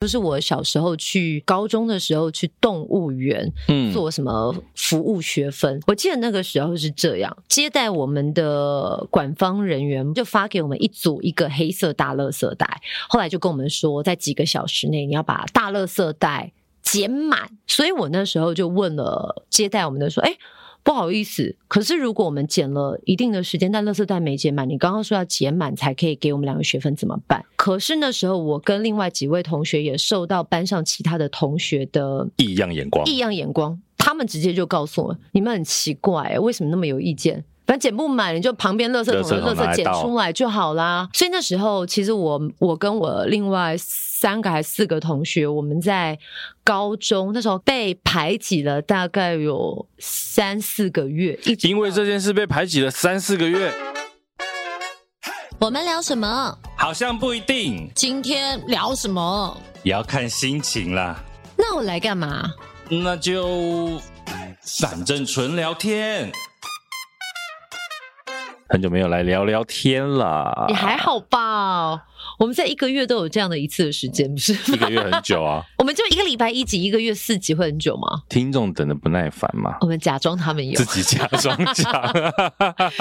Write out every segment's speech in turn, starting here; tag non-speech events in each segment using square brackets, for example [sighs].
就是我小时候去高中的时候去动物园嗯，做什么服务学分，我记得那个时候是这样，接待我们的管方人员就发给我们一组一个黑色大垃圾袋，后来就跟我们说，在几个小时内你要把大垃圾袋捡满，所以我那时候就问了接待我们的说，哎、不好意思，可是如果我们减了一定的时间，但垃圾袋没减满，你刚刚说要减满才可以给我们两个学分，怎么办？可是那时候我跟另外几位同学也受到班上其他的同学的异样眼光，异样眼光，他们直接就告诉我，你们很奇怪、为什么那么有意见？反正捡不满，你就旁边垃圾垃圾桶桶的垃拿圾来捡倒出来就好啦。所以那时候，其实我我跟我另外三个还是四个同学，我们在高中那时候被排挤了大概有三四个月，一直因为这件事被排挤了三四个月，我们聊什么？好像不一定，今天聊什么？也要看心情啦。那我来干嘛？那就反正纯聊天。很久没有来聊聊天了，也还好吧。我们在一个月都有这样的一次的时间，不是？一个月很久啊。 [laughs] 我们就一个礼拜一集，一个月四集会很久吗？听众等的不耐烦嘛，我们假装他们有自，己假装 [laughs] 讲。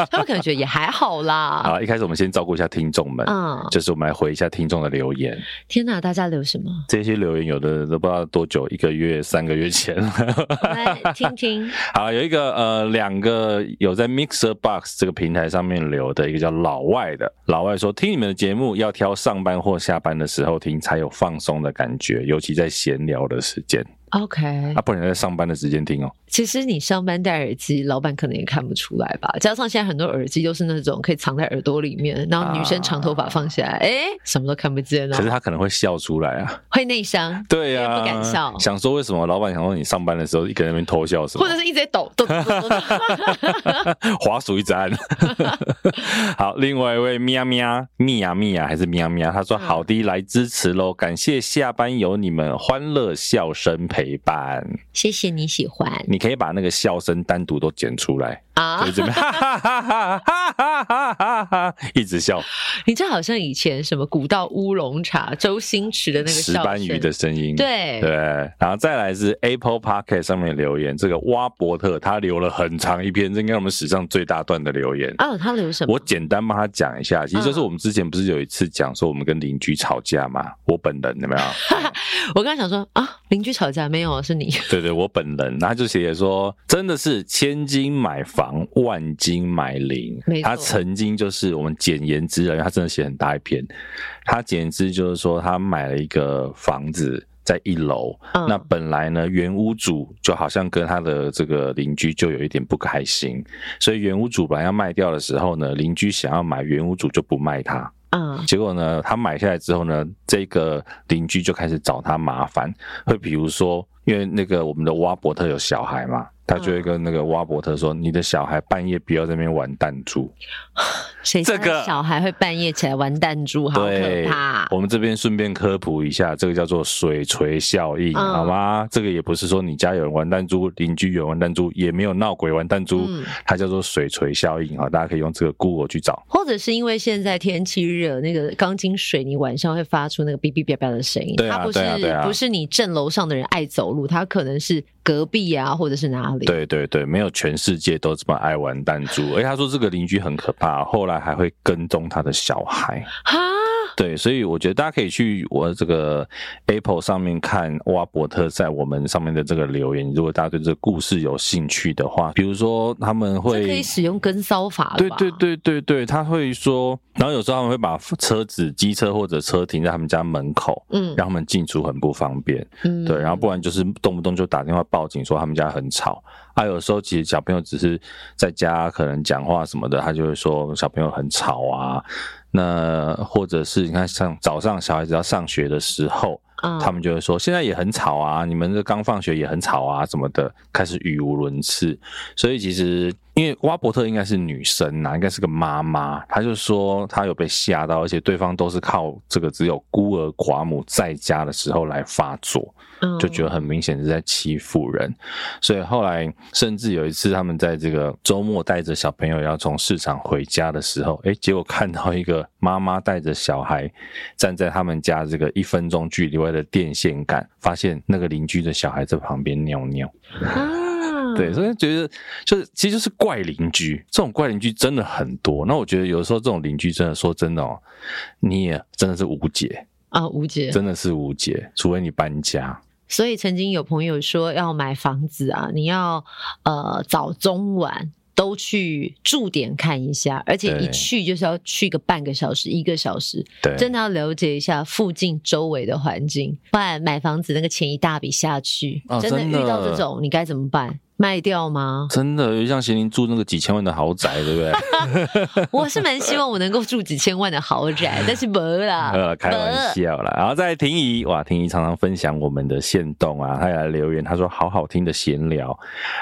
他们可能觉得也还好啦。好，一开始我们先照顾一下听众们，嗯，就是我们来回一下听众的留言。天哪，大家留什么？这些留言有的都不知道多久，一个月、三个月前。我们来听听。好，有一个呃，两个有在 Mixer Box 这个平台上面留的，一个叫老外的，老外说听你们的节目要挑上班或下班的时候听，才有放松的感觉，尤其在闲聊的时间， [laughs] OK，啊，不能在上班的时间听哦。其实你上班戴耳机，老板可能也看不出来吧。加上现在很多耳机都是那种可以藏在耳朵里面，然后女生长头发放下来，哎、什么都看不见啊可是了，他可能会笑出来啊，会内伤，对呀、因为不敢笑想说为什么老板想说你上班的时候一个人在那边偷笑什么，或者是一直在抖抖抖抖抖。 [laughs] 滑鼠一直按。好，另外一位喵喵咪呀咪呀还是喵喵，他说嗯好的来支持喽，感谢下班有你们欢乐笑声陪伴。谢谢你喜欢你可以把那个笑声单独都剪出来，啊就是这边哈哈哈哈哈哈哈哈哈，一直笑，你这好像以前什么古道乌龙茶、周星驰的那个石笑斑鱼声的声音，对对，然后再来是 Apple p o c k e t 上面留言，这个挖伯特他留了很长一篇，这应该是我们史上最大段的留言。啊，他留什么？我简单帮他讲一下，其实就是我们之前不是有一次讲说我们跟邻居吵架嗯嘛，我本人 [laughs] 有没有？我刚才想说啊，邻居吵架没有，是你对对，我本人，然后就写说，真的是千金买房，万金买邻没。错他曾经就是我们简言之啊，因为他真的写很大一篇，他简言之就是说他买了一个房子。在一楼，嗯那本来呢，原屋主就好像跟他的这个邻居就有一点不开心，所以原屋主本来要卖掉的时候呢，邻居想要买，原屋主就不卖他，啊，结果呢，他买下来之后呢，这个邻居就开始找他麻烦，会比如说，因为那个我们的挖伯特有小孩嘛，他就会跟那个挖伯特说：“你的小孩半夜不要在那边玩弹珠。谁家这个小孩会半夜起来玩弹珠，好对可怕、我们这边顺便科普一下，这个叫做水锤效应，嗯好吗？这个也不是说你家有人玩弹珠，邻居有人玩弹珠，也没有闹鬼玩弹珠，嗯它叫做水锤效应啊。大家可以用这个 Google 去找。或者是因为现在天气热，那个钢筋水泥晚上会发出那个哔哔叭叭的声音。对啊它不是、对啊对啊不是你正楼上的人爱走路，它可能是隔壁啊，或者是哪里。对对对，没有全世界都这么爱玩弹珠。而且他说这个邻居很可怕，后来还会跟踪他的小孩。哈，对，所以我觉得大家可以去我这个 Apple 上面看挖伯特在我们上面的这个留言。如果大家对这个故事有兴趣的话，比如说他们这可会以。使用跟骚法了对吧？对对对对，他会说，然后有时候他们会把车子、机车或者车停在他们家门口，嗯，让他们进出很不方便。嗯对，然后不然就是动不动就打电话报警说他们家很吵。啊，有时候其实小朋友只是在家可能讲话什么的，他就会说小朋友很吵啊。那或者是你看像早上小孩子要上学的时候，嗯他们就会说现在也很吵啊，你们这刚放学也很吵啊什么的，开始语无伦次。所以其实因为挖伯特应该是女生呐、应该是个妈妈，她就说她有被吓到，而且对方都是靠这个只有孤儿寡母在家的时候来发作，嗯就觉得很明显是在欺负人，所以后来甚至有一次他们在这个周末带着小朋友要从市场回家的时候，诶，结果看到一个妈妈带着小孩站在他们家这个一分钟距离外的电线杆，发现那个邻居的小孩在旁边尿尿。啊，对，所以觉得就是其实就是怪邻居，这种怪邻居真的很多。那我觉得有时候这种邻居真的说真的哦，你也真的是无解，啊，吴姐，真的是无解，除非你搬家。所以曾经有朋友说要买房子啊，你要呃早中晚都去驻点看一下，而且一对去就是要去个半个小时、一个小时，对，真的要了解一下附近周围的环境，不然买房子那个钱一大笔下去，哦真的真的？遇到这种你该怎么办？卖掉吗真的，有像咸宁住那个几千万的豪宅，对不对？我是蛮希望我能够住几千万的豪宅，但是没啦，呃，开玩没。笑啦。然后在婷宜，哇，婷宜常常分享我们的线动啊，她也来留言，她说好好听的闲聊，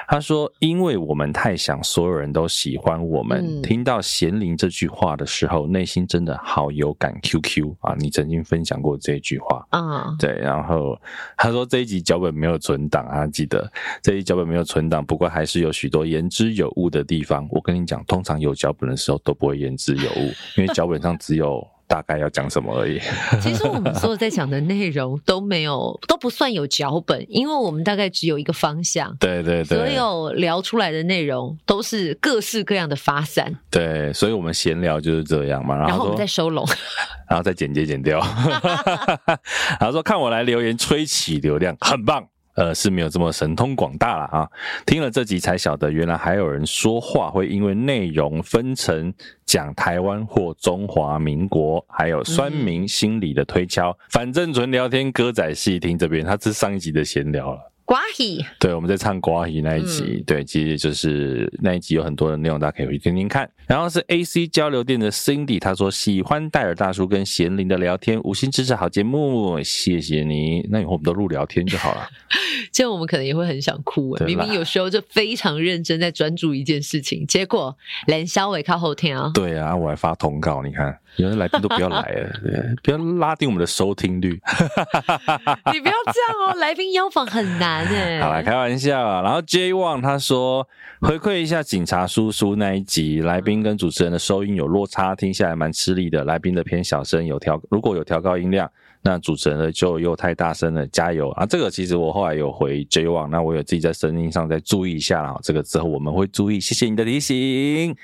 她说因为我们太想所有人都喜欢我们，嗯听到贤玲这句话的时候，内心真的好有感。QQ 啊，你曾经分享过这句话。嗯，对，然后她说这一集脚本没有存档啊，记得这一集脚本没有存档，不过还是有许多言之有物的地方。我跟你讲，通常有脚本的时候都不会言之有物，因为脚本上只有大概要讲什么而已。 [laughs] 其实我们所有在讲的内容都没有，都不算有脚本，因为我们大概只有一个方向，对对对，所有聊出来的内容都是各式各样的发散，对，所以我们闲聊就是这样嘛，然然后后我们啊说，再收拢。 [laughs] 然后再剪接剪掉， [laughs] 然后说看我来留言吹起流量，很棒。呃，是没有这么神通广大了啊！听了这集才晓得，原来还有人说话会因为内容分成讲台湾或中华民国，还有酸民心理的推敲。反正纯聊天歌仔戏听这边，他是上一集的闲聊了。瓜希，对，我们在唱瓜皮那一集，对，其实就是那一集有很多的内容，大家可以回去听听看。然后是 A C 交流店的 Cindy，她说喜欢戴尔大叔跟贤玲的聊天，五星支持好节目，谢谢你。那以后我们都录聊天就好了。这样我们可能也会很想哭欸。对明啦明有时候就非常认真在专注一件事情，结果连肖伟靠后天啊，对啊，我还发通告，你看，有些来宾都不要来了，对不要拉低我们的收听率。 [laughs] 你不要这样哦， [laughs] 来宾邀访很难哎、好啦，开玩笑啊。然后 J One 他说回馈一下警察叔叔那一集，来宾跟主持人的收音有落差，听下来蛮吃力的。来宾的偏小声，有调如果有调高音量，那主持人的就又太大声了，加油啊！这个其实我后来有回 J One，那我有自己在声音上再注意一下啦。这个之后我们会注意，谢谢你的提醒。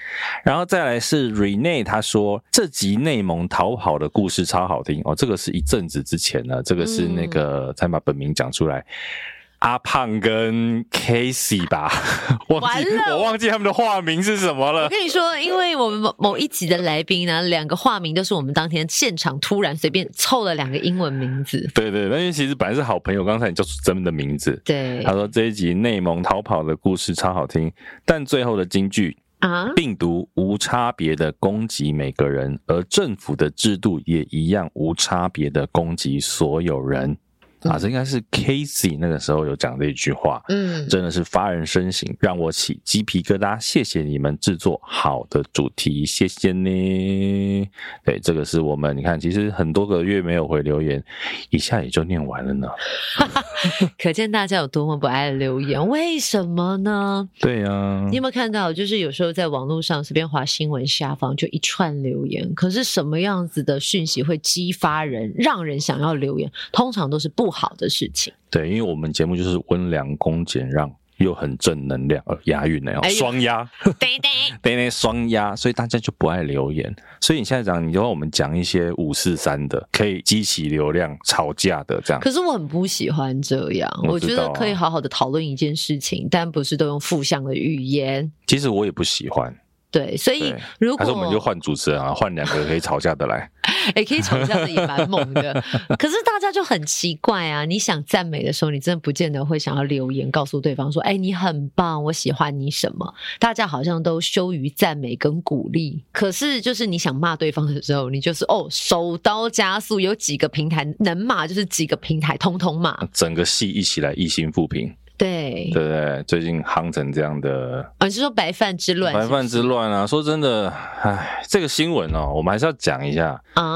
然后再来是 Rene，他说这集内蒙逃跑的故事超好听哦，这个是一阵子之前了，这个是那个才把本名讲出来。阿胖跟 Casey 吧， [laughs] 忘记完了我忘记他们的化名是什么我了。跟你说，因为我们某某一集的来宾呢，两个化名都是我们当天现场突然随便凑了两个英文名字。对对，那因为其实本来是好朋友，刚才你叫出真的名字。对他说这一集内蒙逃跑的故事超好听，但最后的金句啊，病毒无差别的攻击每个人，而政府的制度也一样无差别的攻击所有人。啊，这应该是 Casey 那个时候有讲这一句话，嗯，真的是发人深省，让我起鸡皮疙瘩。谢谢你们制作好的主题，谢谢你。对，这个是我们你看，其实很多个月没有回留言，一下也就念完了呢。可见大家有多么不爱留言，为什么呢？对啊你，有没有看到，就是有时候在网络上随便划新闻下方就一串留言，可是什么样子的讯息会激发人，让人想要留言？通常都是不好的事 [laughs] 情。对，因为我们节目就是温良恭俭让。又很正能量，呃，押韵呢、哦，哎呦双押。对对，被那双压，所以大家就不爱留言。所以你现在讲，你就让我们讲一些五四三的，可以激起流量、吵架的这样。可是我很不喜欢这样，我我觉知道啊得可以好好的讨论一件事情，但不是都用负向的语言。其实我也不喜欢，对，所以对。如还果是我们就换主持 [laughs] 人啊，换两个可以吵架的来。也、可以吵架的也蛮猛的，可是大家就很奇怪啊！你想赞美的时候，你真的不见得会想要留言告诉对方说：“哎、你很棒，我喜欢你什么。”大家好像都羞于赞美跟鼓励。可是就是你想骂对方的时候，你就是哦，手刀加速，有几个平台能骂就是几个平台通通骂。整个戏一起来一心复评，对，对不对？最近夯成这样的啊，你是说白饭之乱是不白是？饭之乱啊！说真的，唉，这个新闻哦，我们还是要讲一下，啊？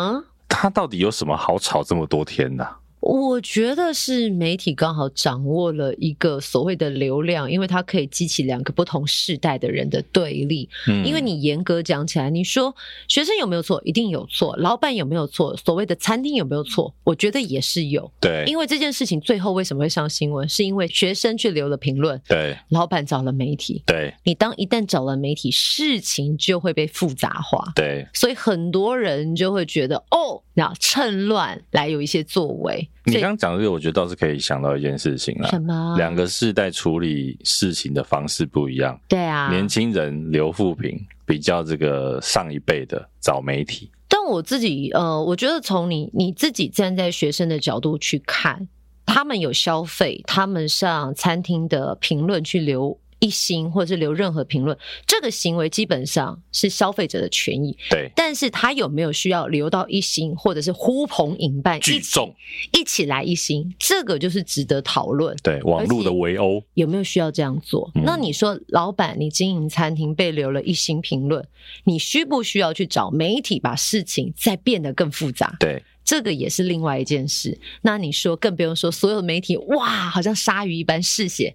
它到底有什么好吵这么多天的、我觉得是媒体刚好掌握了一个所谓的流量，因为它可以激起两个不同世代的人的对立。嗯因为你严格讲起来，你说学生有没有错，一定有错；老板有没有错，所谓的餐厅有没有错，我觉得也是有。对因为这件事情最后为什么会上新闻，是因为学生去留了评论，对老板找了媒体。对你当一旦找了媒体，事情就会被复杂化。对，所以很多人就会觉得哦，那趁乱来有一些作为。你所以刚刚讲的这个，我觉得倒是可以想到一件事情啦啊什。么两个世代处理事情的方式不一样，对啊，年轻人留富平比较这个上一辈的找媒体，但我自己呃，我觉得从你你自己站在学生的角度去看，他们有消费，他们上餐厅的评论去留。一星或者是留任何评论，这个行为基本上是消费者的权益，对，但是他有没有需要留到一星，或者是呼朋引伴一聚起众，一起来一星，这个就是值得讨论。对，网络而且的围殴，有没有需要这样做？嗯那你说，老板，你经营餐厅被留了一星评论，你需不需要去找媒体把事情再变得更复杂？对这个也是另外一件事。那你说，更不用说所有媒体，哇，好像鲨鱼一般嗜血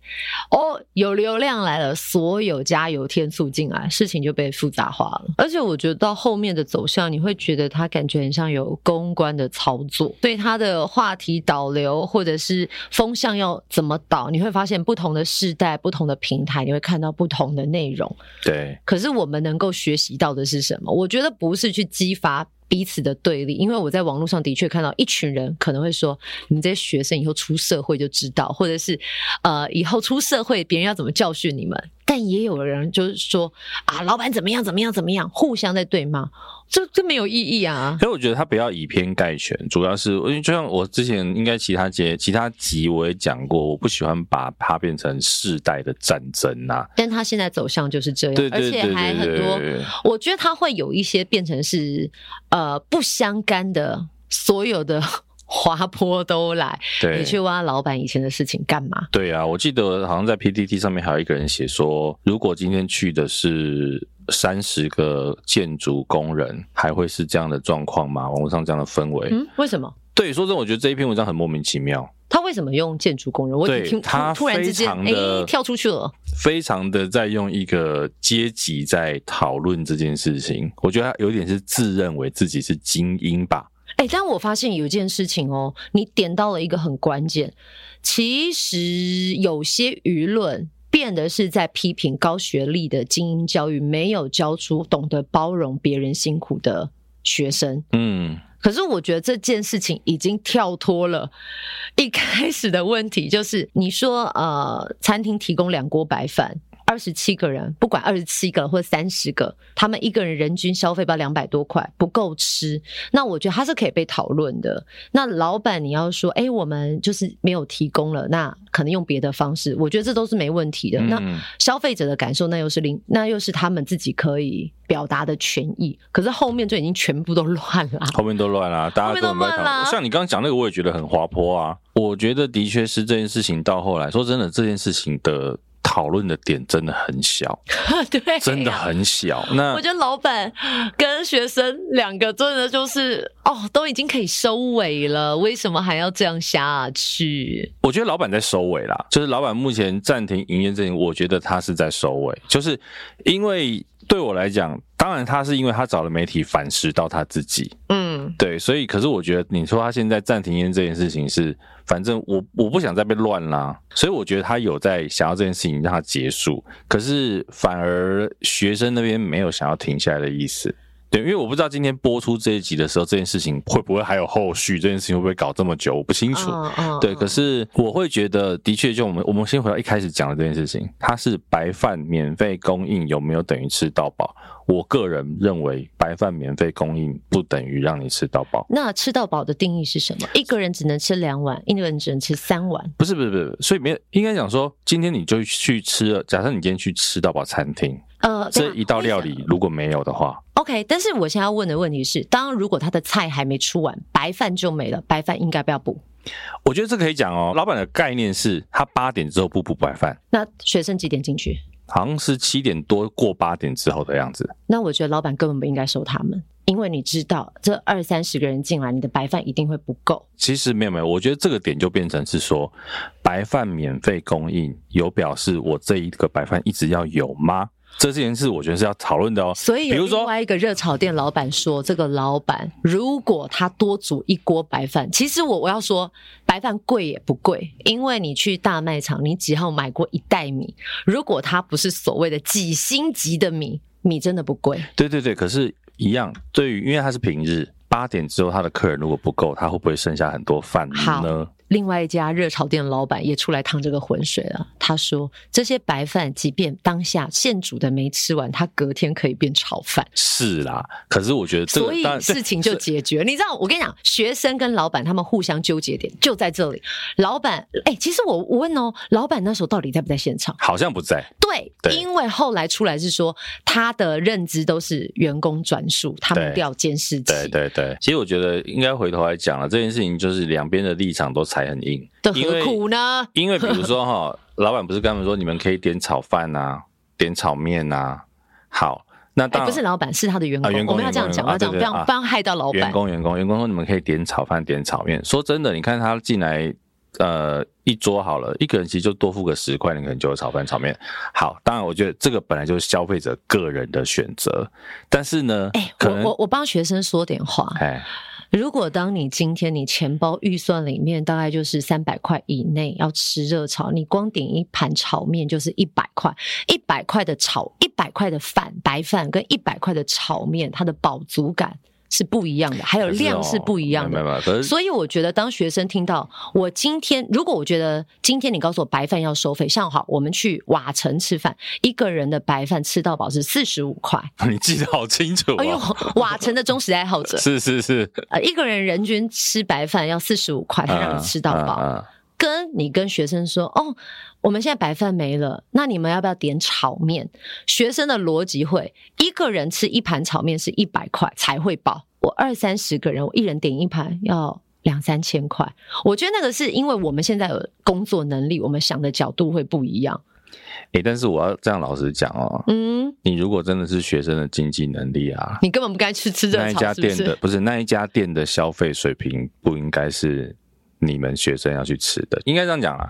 哦，有流量来了，所有加油添醋进来，事情就被复杂化了。而且我觉得到后面的走向，你会觉得它感觉很像有公关的操作，对它的话题导流或者是风向要怎么导，你会发现不同的世代、不同的平台，你会看到不同的内容。对可是我们能够学习到的是什么？我觉得不是去激发彼此的对立，因为我在网络上的确看到一群人可能会说：“你们这些学生以后出社会就知道，或者是呃以后出社会别人要怎么教训你们。”但也有人就是说：“啊，老板怎么样怎么样怎么样，互相在对骂，这这没有意义啊可是我觉得他不要以偏概全，主要是因为就像我之前应该其他节其他集我也讲过，我不喜欢把它变成世代的战争呐、！”但他现在走向就是这样，对对而对且还对很对多。对，我觉得它会有一些变成是呃不相干的，所有的 [laughs] 滑坡都来。对你去挖老板以前的事情干嘛？对啊，我记得好像在 PTT 上面还有一个人写说，如果今天去的是三十个建筑工人，还会是这样的状况吗？网络上这样的氛围，嗯，为什么？对，说真的，我觉得这一篇文章很莫名其妙。他为什么用建筑工人？我对只听突他突然之间，非常哎、地跳出去了。非常的在用一个阶级在讨论这件事情，我觉得他有点是自认为自己是精英吧。哎、但我发现有一件事情哦，你点到了一个很关键。其实有些舆论变得是在批评高学历的精英教育没有教出懂得包容别人辛苦的学生。嗯，可是我觉得这件事情已经跳脱了一开始的问题，就是你说呃，餐厅提供两锅白饭，二十七个人，不管二十七个或三十个，他们一个人人均消费不两百多块，不够吃。那我觉得它是可以被讨论的。那老板你要说，哎、我们就是没有提供了，那可能用别的方式，我觉得这都是没问题的。那嗯消费者的感受，那又是另，那又是他们自己可以表达的权益。可是后面就已经全部都乱了啊。后面都乱啦、大后家面根都本不要乱啦讨。像你刚刚讲那个，我也觉得很滑坡啊。我觉得的确是这件事情到后来，说真的，这件事情的讨论的点真的很小，哎 [laughs] 对，真的。很嗯小。那我觉得老板跟学生两个真的就是哦，都已经可以收尾了，为什么还要这样下去？我觉得老板在收尾啦，就是老板目前暂停营业这件，我觉得他是在收尾，就是因为对我来讲，当然他是因为他找了媒体反思到他自己，嗯，对，所以可是我觉得你说他现在暂停营业这件事情是，反正我我不想再被乱啦，所以我觉得他有在想要这件事情让它结束，可是反而学生那边没有想要停下来的意思。对，因为我不知道今天播出这一集的时候，这件事情会不会还有后续，这件事情会不会搞这么久，我不清楚。嗯嗯对，可是我会觉得，的确，就我们我们先回到一开始讲的这件事情，它是白饭免费供应有没有等于吃到饱？我个人认为，白饭免费供应不等于让你吃到饱。那吃到饱的定义是什么？一个人只能吃两碗，一个人只能吃三碗。不是不是不是，所以没有应该讲说，今天你就去吃了。假设你今天去吃到饱餐厅，呃，这一道料为什理么如果没有的话， ，OK。但是我现在要问的问题是，当如果他的菜还没出完，白饭就没了，白饭应该不要补。我觉得这可以讲哦。老板的概念是他八点之后不补白饭，那学生几点进去？好像是七点多过八点之后的样子。那我觉得老板根本不应该收他们，因为你知道这二三十个人进来，你的白饭一定会不够。其实没有没有，我觉得这个点就变成是说，白饭免费供应，有表示我这一个白饭一直要有吗？这件事我觉得是要讨论的哦。所以比有如另说，外一个热炒店老板说，这个老板如果他多煮一锅白饭，其实我我要说，白饭贵也不贵，因为你去大卖场，你只要买过一袋米，如果它不是所谓的几星级的米，米真的不贵。对对对，可是一样，对于因为他是平日八点之后，他的客人如果不够，他会不会剩下很多饭呢？另外一家热炒店老板也出来趟这个浑水了。他说，这些白饭即便当下现煮的没吃完，他隔天可以变炒饭，是啦，可是我觉得这个所以当然事情就解决。你知道，我跟你讲，学生跟老板他们互相纠结点就在这里。老板，哎、其实我我问哦，老板那时候到底在不在现场？好像不在。对，对因为后来出来是说，他的认知都是员工转述，他们对调监视器。对对对，其实我觉得应该回头来讲了，这件事情就是两边的立场都踩很硬，的因为何苦呢？因为比如说哈， [laughs] 老板不是跟他们说你们可以点炒饭啊，点炒面啊，好，那哎、当然、不是老板，是他的员工。啊员工我们要这样讲，我员要这工样，员工啊对对不要啊不要害到老板员。工员工员工说你们可以点炒饭点炒面。说真的，你看他进来。呃，一桌好了，一个人其实就多付个十块，你可能就有炒饭、炒面。好，当然，我觉得这个本来就是消费者个人的选择，但是呢，哎、可我能我我帮学生说点话。哎，如果当你今天你钱包预算里面大概就是三百块以内要吃热炒，你光点一盘炒面就是一百块，一百块的炒，一百块的饭白饭跟一百块的炒面，它的饱足感是不一样的，还有可量哦是不一样没的有。没有，可是所以我觉得，当学生听到我今天，如果我觉得今天你告诉我白饭要收费，像好，我们去瓦城吃饭，一个人的白饭吃到饱是四十五块。你记得好清楚、哦。哎呦，瓦城的忠实爱好者，是是是，呃，一个人人均吃白饭要四十五块，他让你吃到饱。嗯嗯嗯跟你跟学生说，哦，我们现在白饭没了，那你们要不要点炒面？学生的逻辑会，一个人吃一盘炒面是一百块才会饱，我二三十个人，我一人点一盘要。两三千块，我觉得那个是因为我们现在有工作能力，我们想的角度会不一样。哎、但是我要这样老实讲哦，嗯，你如果真的是学生的经济能力啊，你根本不该去吃热那一炒，家是不店的是？不是那一家店的消费水平不应该是你们学生要去吃的，应该这样讲啊。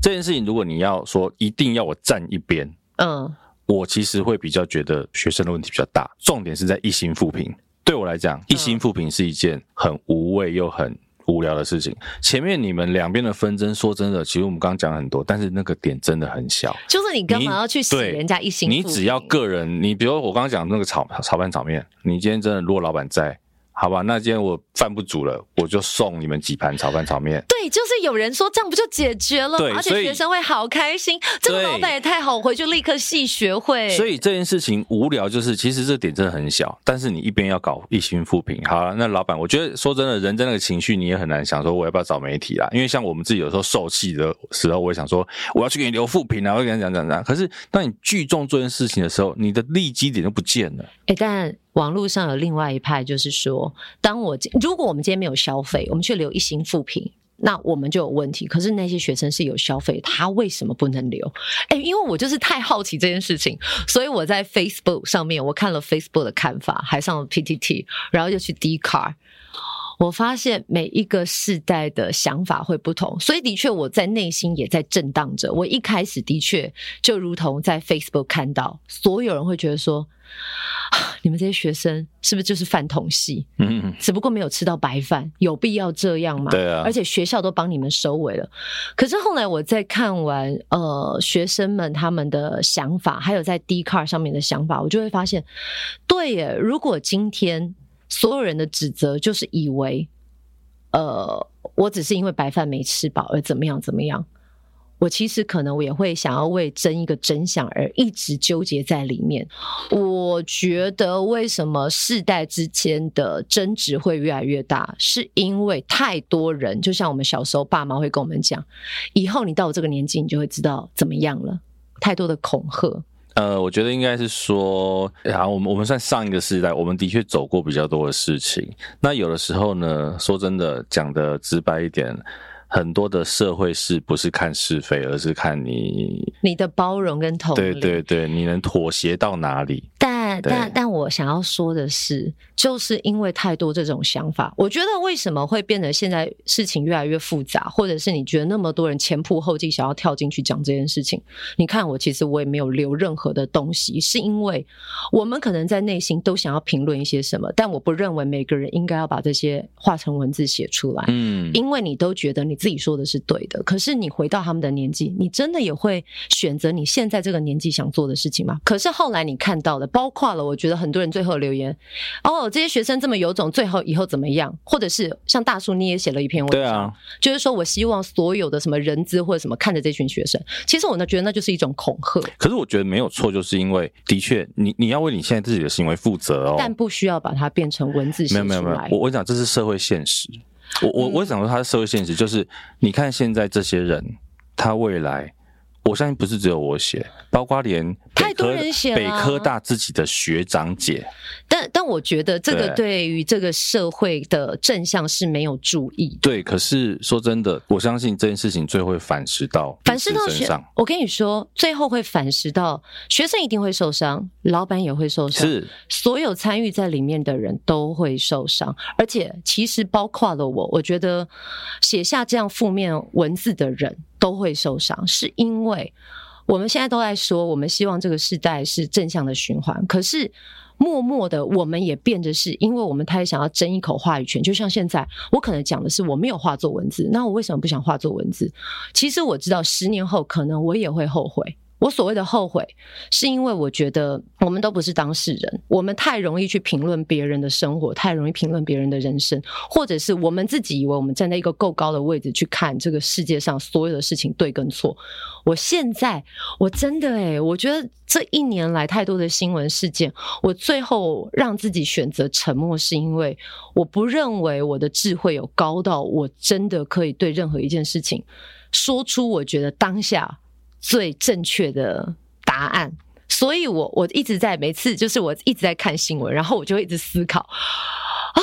这件事情如果你要说一定要我站一边，嗯，我其实会比较觉得学生的问题比较大，重点是在一心复评。对我来讲，嗯一心复评是一件很无谓又很无聊的事情。前面你们两边的纷争，说真的，其实我们刚刚讲了很多，但是那个点真的很小。就是你干你嘛要去洗对人家一心你复只要评个人，你比如我刚刚讲那个炒炒饭炒面，你今天真的如果老板在，好吧，那今天我饭不煮了，我就送你们几盘炒饭炒面。对，就是有人说这样不就解决了吗？对而所且以学生会好开心，这个对老板也太好，我回去立刻系学会。所以这件事情无聊，就是其实这点真的很小，但是你一边要搞一心扶贫，好了，那老板，我觉得说真的，人真的情绪你也很难想说我要不要找媒体啦，因为像我们自己有时候受气的时候，我也想说我要去给你留负评啊，我要跟你讲讲讲，可是当你聚众做这件事情的时候，你的利基点就不见了。哎、但网络上有另外一派，就是说，当我今如果我们今天没有消费，我们却留一星负评，那我们就有问题。可是那些学生是有消费，他为什么不能留？哎、因为我就是太好奇这件事情，所以我在 Facebook 上面我看了 Facebook 的看法，还上了 PTT，然后又去 d c a r 我发现每一个世代的想法会不同，所以的确我在内心也在震荡着。我一开始的确就如同在 Facebook 看到，所有人会觉得说，啊你们这些学生是不是就是饭桶系？嗯，只不过没有吃到白饭，有必要这样吗？对啊而且学校都帮你们收尾了。可是后来我在看完呃学生们他们的想法，还有在 d c a r 上面的想法，我就会发现，对耶，如果今天所有人的指责就是以为，呃，我只是因为白饭没吃饱而怎么样怎么样。我其实可能我也会想要为争一个真相而一直纠结在里面，我觉得为什么世代之间的争执会越来越大，是因为太多人，就像我们小时候爸妈会跟我们讲，以后你到我这个年纪，你就会知道怎么样了，太多的恐吓。呃，我觉得应该是说，啊，我们我们算上一个世代，我们的确走过比较多的事情。那有的时候呢，说真的，讲的直白一点，很多的社会事不是看是非，而是看你，你的包容跟同理。对对对，你能妥协到哪里？但对但但我想要说的是，就是因为太多这种想法，我觉得为什么会变得现在事情越来越复杂，或者是你觉得那么多人前仆后继想要跳进去讲这件事情？你看我其实我也没有留任何的东西，是因为我们可能在内心都想要评论一些什么，但我不认为每个人应该要把这些化成文字写出来。嗯，因为你都觉得你自己说的是对的，可是你回到他们的年纪，你真的也会选择你现在这个年纪想做的事情吗？可是后来你看到的，包括了，我觉得很多人最后留言，哦，这些学生这么有种，最后以后怎么样？或者是像大叔，你也写了一篇文章，对啊，就是说我希望所有的什么人资或者什么看着这群学生，其实我呢觉得那就是一种恐吓，可是我觉得没有错，就是因为的确，你你要为你现在自己的行为负责哦。但不需要把它变成文字写出没有没有没有来，嗯我。我讲这是社会现实。我我我想说，它是社会现实，就是你看现在这些人，他未来，我相信不是只有我写，包括连北太多科人写了北科大自己的学长姐，但但我觉得这个对对于这个社会的正向是没有注意的。对。可是说真的，我相信这件事情最会反噬到反噬到彼学此身上，，我跟你说，最后会反噬到学生一定会受伤，老板也会受伤，是所有参与在里面的人都会受伤，而且其实包括了我，我觉得写下这样负面文字的人都会受伤，是因为我们现在都在说，我们希望这个时代是正向的循环，可是。默默的，我们也变得是，因为我们太想要争一口话语权。就像现在，我可能讲的是我没有化作文字，那我为什么不想化作文字？其实我知道，十年后可能我也会后悔。我所谓的后悔，是因为我觉得我们都不是当事人，我们太容易去评论别人的生活，太容易评论别人的人生，或者是我们自己以为我们站在一个够高的位置去看这个世界上所有的事情对跟错。我现在我真的诶、我觉得这一年来太多的新闻事件，我最后让自己选择沉默，是因为我不认为我的智慧有高到我真的可以对任何一件事情说出我觉得当下最正确的答案。所以我我一直在每次就是我一直在看新闻，然后我就会一直思考啊，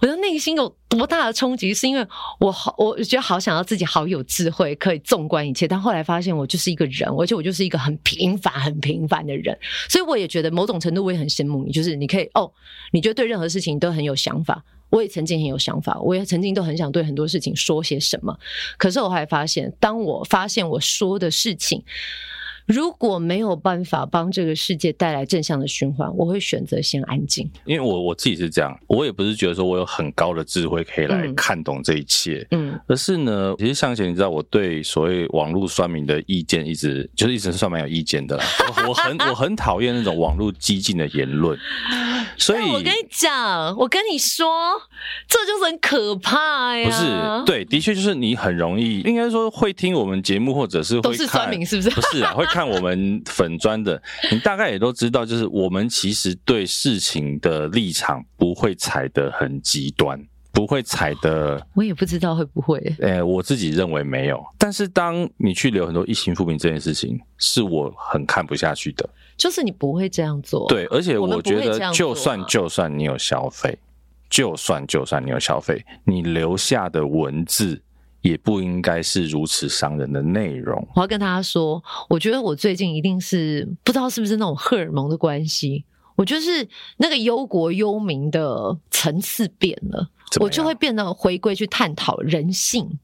我的内心有多大的冲击，是因为我好，我觉得好想要自己好有智慧，可以纵观一切，但后来发现我就是一个人，而且我就是一个很平凡、很平凡的人，所以我也觉得某种程度我也很羡慕你，就是你可以哦，你觉得对任何事情都很有想法。我也曾经很有想法，我也曾经都很想对很多事情说些什么，可是我还发现，当我发现我说的事情如果没有办法帮这个世界带来正向的循环，我会选择先安静。因为我我自己是这样，我也不是觉得说我有很高的智慧可以来嗯看懂这一切，嗯，可是呢，其实向前，你知道我对所谓网络酸民的意见，一直就是一直算蛮有意见的 [laughs] 啦。我我很我很讨厌那种网络激进的 [laughs] 言论，所以但哎我跟你讲，我跟你说，这就是很可怕呀。不是对，的确就是你很容易，应该说会听我们节目，或者是会都是酸看民是不是 [laughs] 不是啊，会看我们粉砖的，你大概也都知道，就是我们其实对事情的立场不会踩得很极端，不会踩得我也不知道会不会。呃，我自己认为没有。但是当你去留很多疫情负评这件事情，是我很看不下去的。就是你不会这样做。对，，而且我们我觉不会这得，样做就算啊就算你有消费，就算就算你有消费，你留下的文字也不应该是如此伤人的内容。我要跟大家说，我觉得我最近一定是不知道是不是那种荷尔蒙的关系，我就是那个忧国忧民的层次变了，怎么我就样会变得回归去探讨人性。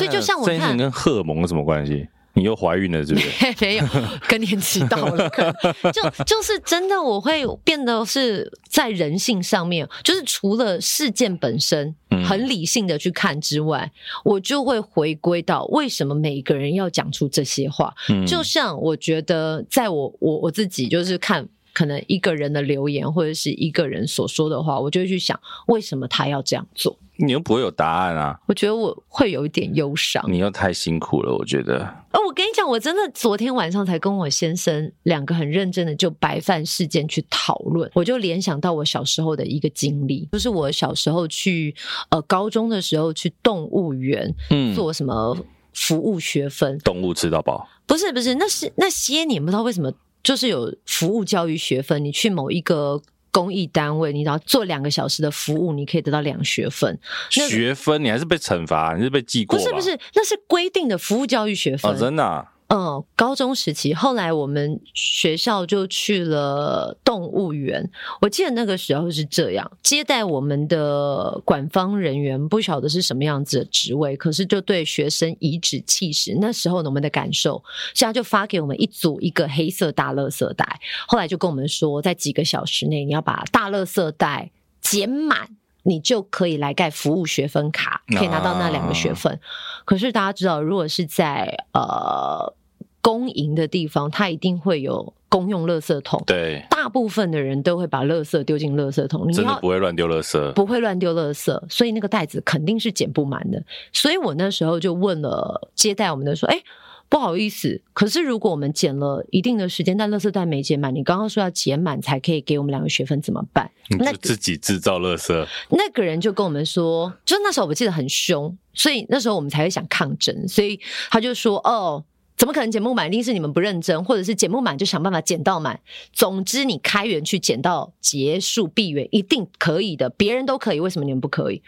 所以就然像我这件事看情跟荷尔蒙有什么关系？你又怀孕了，是 [laughs] 不是？没有，更年期到了，可能 [laughs] 就就是真的，我会变得是在人性上面，就是除了事件本身嗯很理性的去看之外，我就会回归到为什么每一个人要讲出这些话。嗯就像我觉得，在我我我自己就是看。可能一个人的留言或者是一个人所说的话，我就会去想为什么他要这样做。你又不会有答案啊，我觉得我会有一点忧伤。你又太辛苦了，我觉得。哦，我跟你讲，我真的昨天晚上才跟我先生两个很认真的就白饭事件去讨论，我就联想到我小时候的一个经历，就是我小时候去呃高中的时候去动物园嗯，做什么服务学分，动物吃到饱，不是不是，那是那些年不知道为什么就是有服务教育学分，你去某一个公益单位，你只要做两个小时的服务，你可以得到两学分。那学分你还是被惩罚，你是被记过不吧？是不是，那是规定的服务教育学分。哦，真的啊、嗯，高中时期，后来我们学校就去了动物园。我记得那个时候是这样，接待我们的管方人员不晓得是什么样子的职位，可是就对学生颐指气使。那时候呢，我们的感受，所以他就发给我们一组一个黑色大垃圾袋，后来就跟我们说，在几个小时内你要把大垃圾袋捡满。你就可以来盖服务学分卡，可以拿到那两个学分。可是大家知道，如果是在呃公营的地方，它一定会有公用垃圾桶。对，大部分的人都会把垃圾丢进垃圾桶，你真的要不会乱丢垃圾。不会乱丢垃圾，所以那个袋子肯定是捡不满的。所以我那时候就问了接待我们的说：“哎，不好意思，可是如果我们捡了一定的时间，但垃圾袋没捡满，你刚刚说要捡满才可以给我们两个学分，怎么办？”你那就自己制造垃圾，那个人就跟我们说，就那时候我记得很凶，所以那时候我们才会想抗争，所以他就说：“哦，怎么可能捡不满？一定是你们不认真，或者是捡不满就想办法捡到满。总之，你开源去捡到结束闭源，一定可以的，别人都可以，为什么你们不可以？”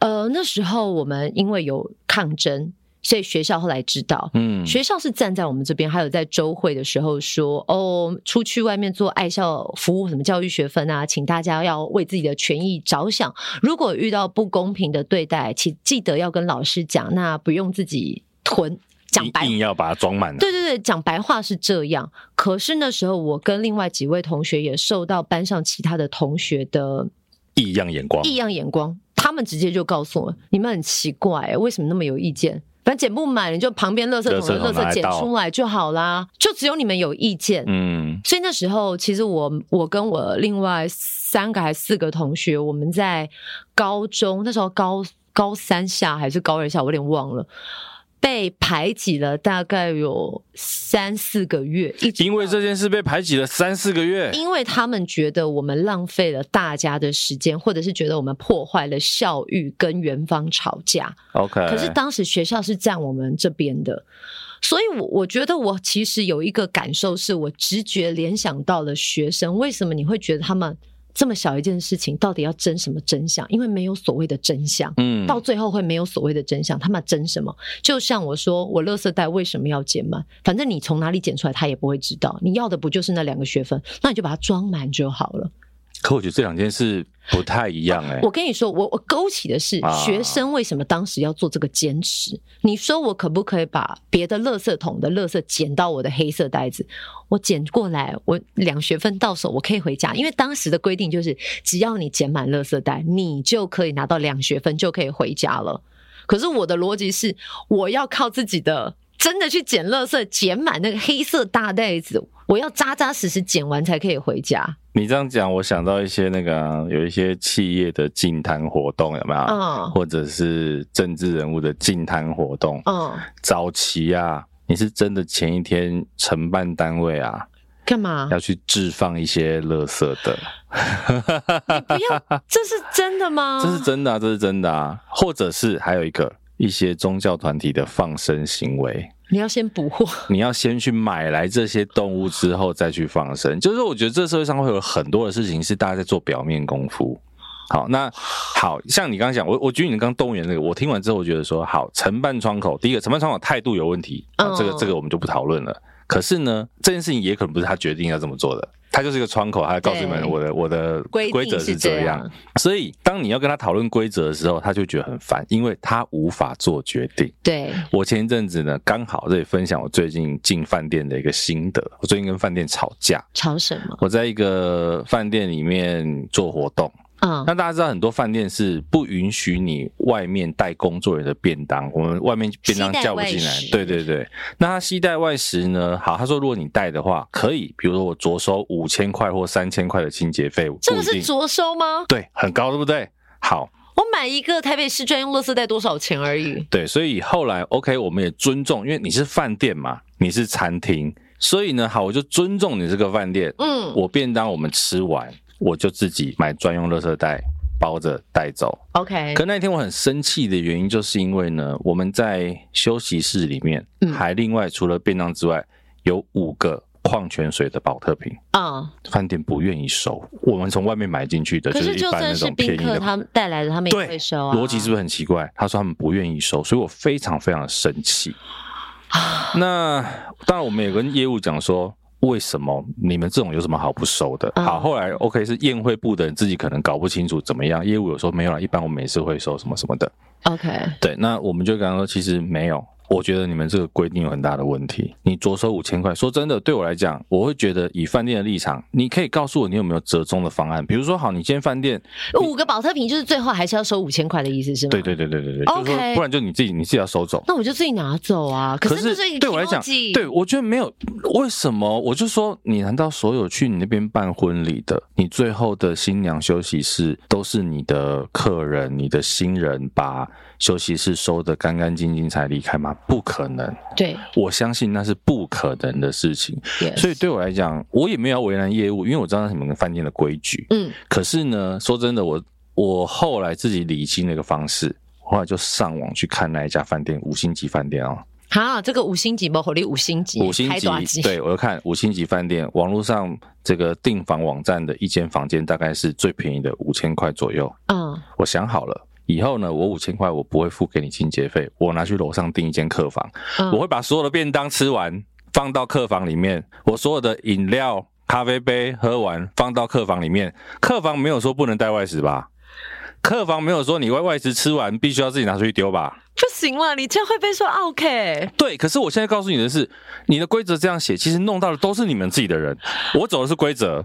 呃，那时候我们因为有抗争，所以学校后来知道，嗯，学校是站在我们这边，还有在周会的时候说，哦，出去外面做爱校服务，什么教育学分啊，请大家要为自己的权益着想。如果遇到不公平的对待，请记得要跟老师讲，那不用自己囤。讲硬白硬要把它装满啊了。对对对，讲白话是这样。可是那时候，我跟另外几位同学也受到班上其他的同学的异样眼光，异样眼光，他们直接就告诉我：你们很奇怪、为什么那么有意见？反正捡不满，你就旁边垃圾桶的垃圾桶垃拿来圾捡倒出来就好啦，就只有你们有意见。嗯，所以那时候，其实我我跟我另外三个还四个同学，我们在高中那时候高高三下还是高二下，我有点忘了，被排挤了大概有三四个月，一直因为这件事被排挤了三四个月，因为他们觉得我们浪费了大家的时间，或者是觉得我们破坏了校誉，跟园方吵架。 OK，可是当时学校是站我们这边的，所以我我觉得我其实有一个感受，是我直觉联想到了学生，为什么你会觉得他们这么小一件事情，到底要争什么真相？因为没有所谓的真相。嗯，到最后会没有所谓的真相，他们争什么？就像我说，我垃圾袋为什么要捡满？反正你从哪里捡出来，他也不会知道。你要的不就是那两个学分？那你就把它装满就好了。可我觉得这两件事不太一样哎、我跟你说，我我勾起的是啊学生为什么当时要做这个坚持？你说我可不可以把别的垃圾桶的垃圾捡到我的黑色袋子？我捡过来，我两学分到手，我可以回家。因为当时的规定就是，只要你捡满垃圾袋，你就可以拿到两学分，就可以回家了。可是我的逻辑是，我要靠自己的。真的去捡垃圾，捡满那个黑色大袋子，我要扎扎实实捡完才可以回家。你这样讲，我想到一些那个啊、有一些企业的净摊活动有没有？嗯或者是政治人物的净摊活动，嗯，早期啊，你是真的前一天承办单位啊，干嘛？要去置放一些垃圾的，不要，这是真的吗？这是真的啊，这是真的啊，或者是还有一个一些宗教团体的放生行为，你要先补货，你要先去买来这些动物之后再去放生，就是我觉得这社会上会有很多的事情是大家在做表面功夫。好，那好像你刚刚讲，我我举你刚刚动物园那个，我听完之后我觉得说，好，承办窗口，第一个承办窗口态度有问题，啊嗯这个这个我们就不讨论了。可是呢，这件事情也可能不是他决定要这么做的，他就是一个窗口，他告诉你们对我的我的规规则定是是这这样样。。所以当你要跟他讨论规则的时候，他就觉得很烦，因为他无法做决定。对，我前一阵子呢，刚好这里分享我最近进饭店的一个心得。我最近跟饭店吵架，吵什么？我在一个饭店里面做活动。嗯那大家知道，很多饭店是不允许你外面带工作人员的便当，我们外面便当携带叫不进外来。食对对对，那他携带外食呢？好，他说如果你带的话，可以，比如说我着收五千块或三千块的清洁费，这不个一是定着收吗？对，很高，对不对？好，我买一个台北市专用垃圾袋多少钱而已？对，所以后来 OK，我们也尊重，因为你是饭店嘛，你是餐厅，所以呢，好，我就尊重你这个饭店。嗯，我便当我们吃完，我就自己买专用垃圾袋包着带走。 OK，可那天我很生气的原因，就是因为呢，我们在休息室里面嗯还另外除了便当之外，有五个矿泉水的保特瓶，啊、饭店不愿意收。我们从外面买进去的，可就是一就般那算是种便宾宜客的他们带来的，他们也对，会收啊。逻辑是不是很奇怪？他说他们不愿意收，所以我非常非常的生气。那当然，我们也跟业务讲说。为什么你们这种有什么好不收的？啊好，后来 OK 是宴会部的人自己可能搞不清楚怎么样，业务有说没有啦，一般我们也是会收什么什么的。 OK，对，那我们就跟他说，其实没有。我觉得你们这个规定有很大的问题。你着收五千块，说真的，对我来讲，我会觉得以饭店的立场，你可以告诉我你有没有折中的方案。比如说，好，你今天饭店，五个保特瓶就是最后还是要收五千块的意思是吗？对对对对对对，就是说， OK 不然就你自己你自己要收走。那我就自己拿走啊。可是就是一个对我来讲 emoji，对我觉得没有为什么，我就说你难道所有去你那边办婚礼的，你最后的新娘休息室都是你的客人、你的新人把休息室收的干干净净才离开吗？不可能，对我相信那是不可能的事情。 ，yes，所以对我来讲，我也没有要为难业务，因为我知道那是你们饭店的规矩。嗯，可是呢，说真的，我我后来自己理清那个方式，我后来就上网去看那一家饭店，五星级饭店哦，好，这个五星级不火力五星级，五星开大级，对我就看五星级饭店，网络上这个订房网站的一间房间大概是最便宜的五千块左右。嗯，我想好了。以后呢，我五千块我不会付给你清洁费，我拿去楼上订一间客房，嗯我会把所有的便当吃完放到客房里面，我所有的饮料、咖啡杯喝完放到客房里面。客房没有说不能带外食吧？客房没有说你外外食吃完必须要自己拿出去丢吧？不行了，你这样会被说 OK。对，可是我现在告诉你的是，你的规则这样写，其实弄到的都是你们自己的人。我走的是规则。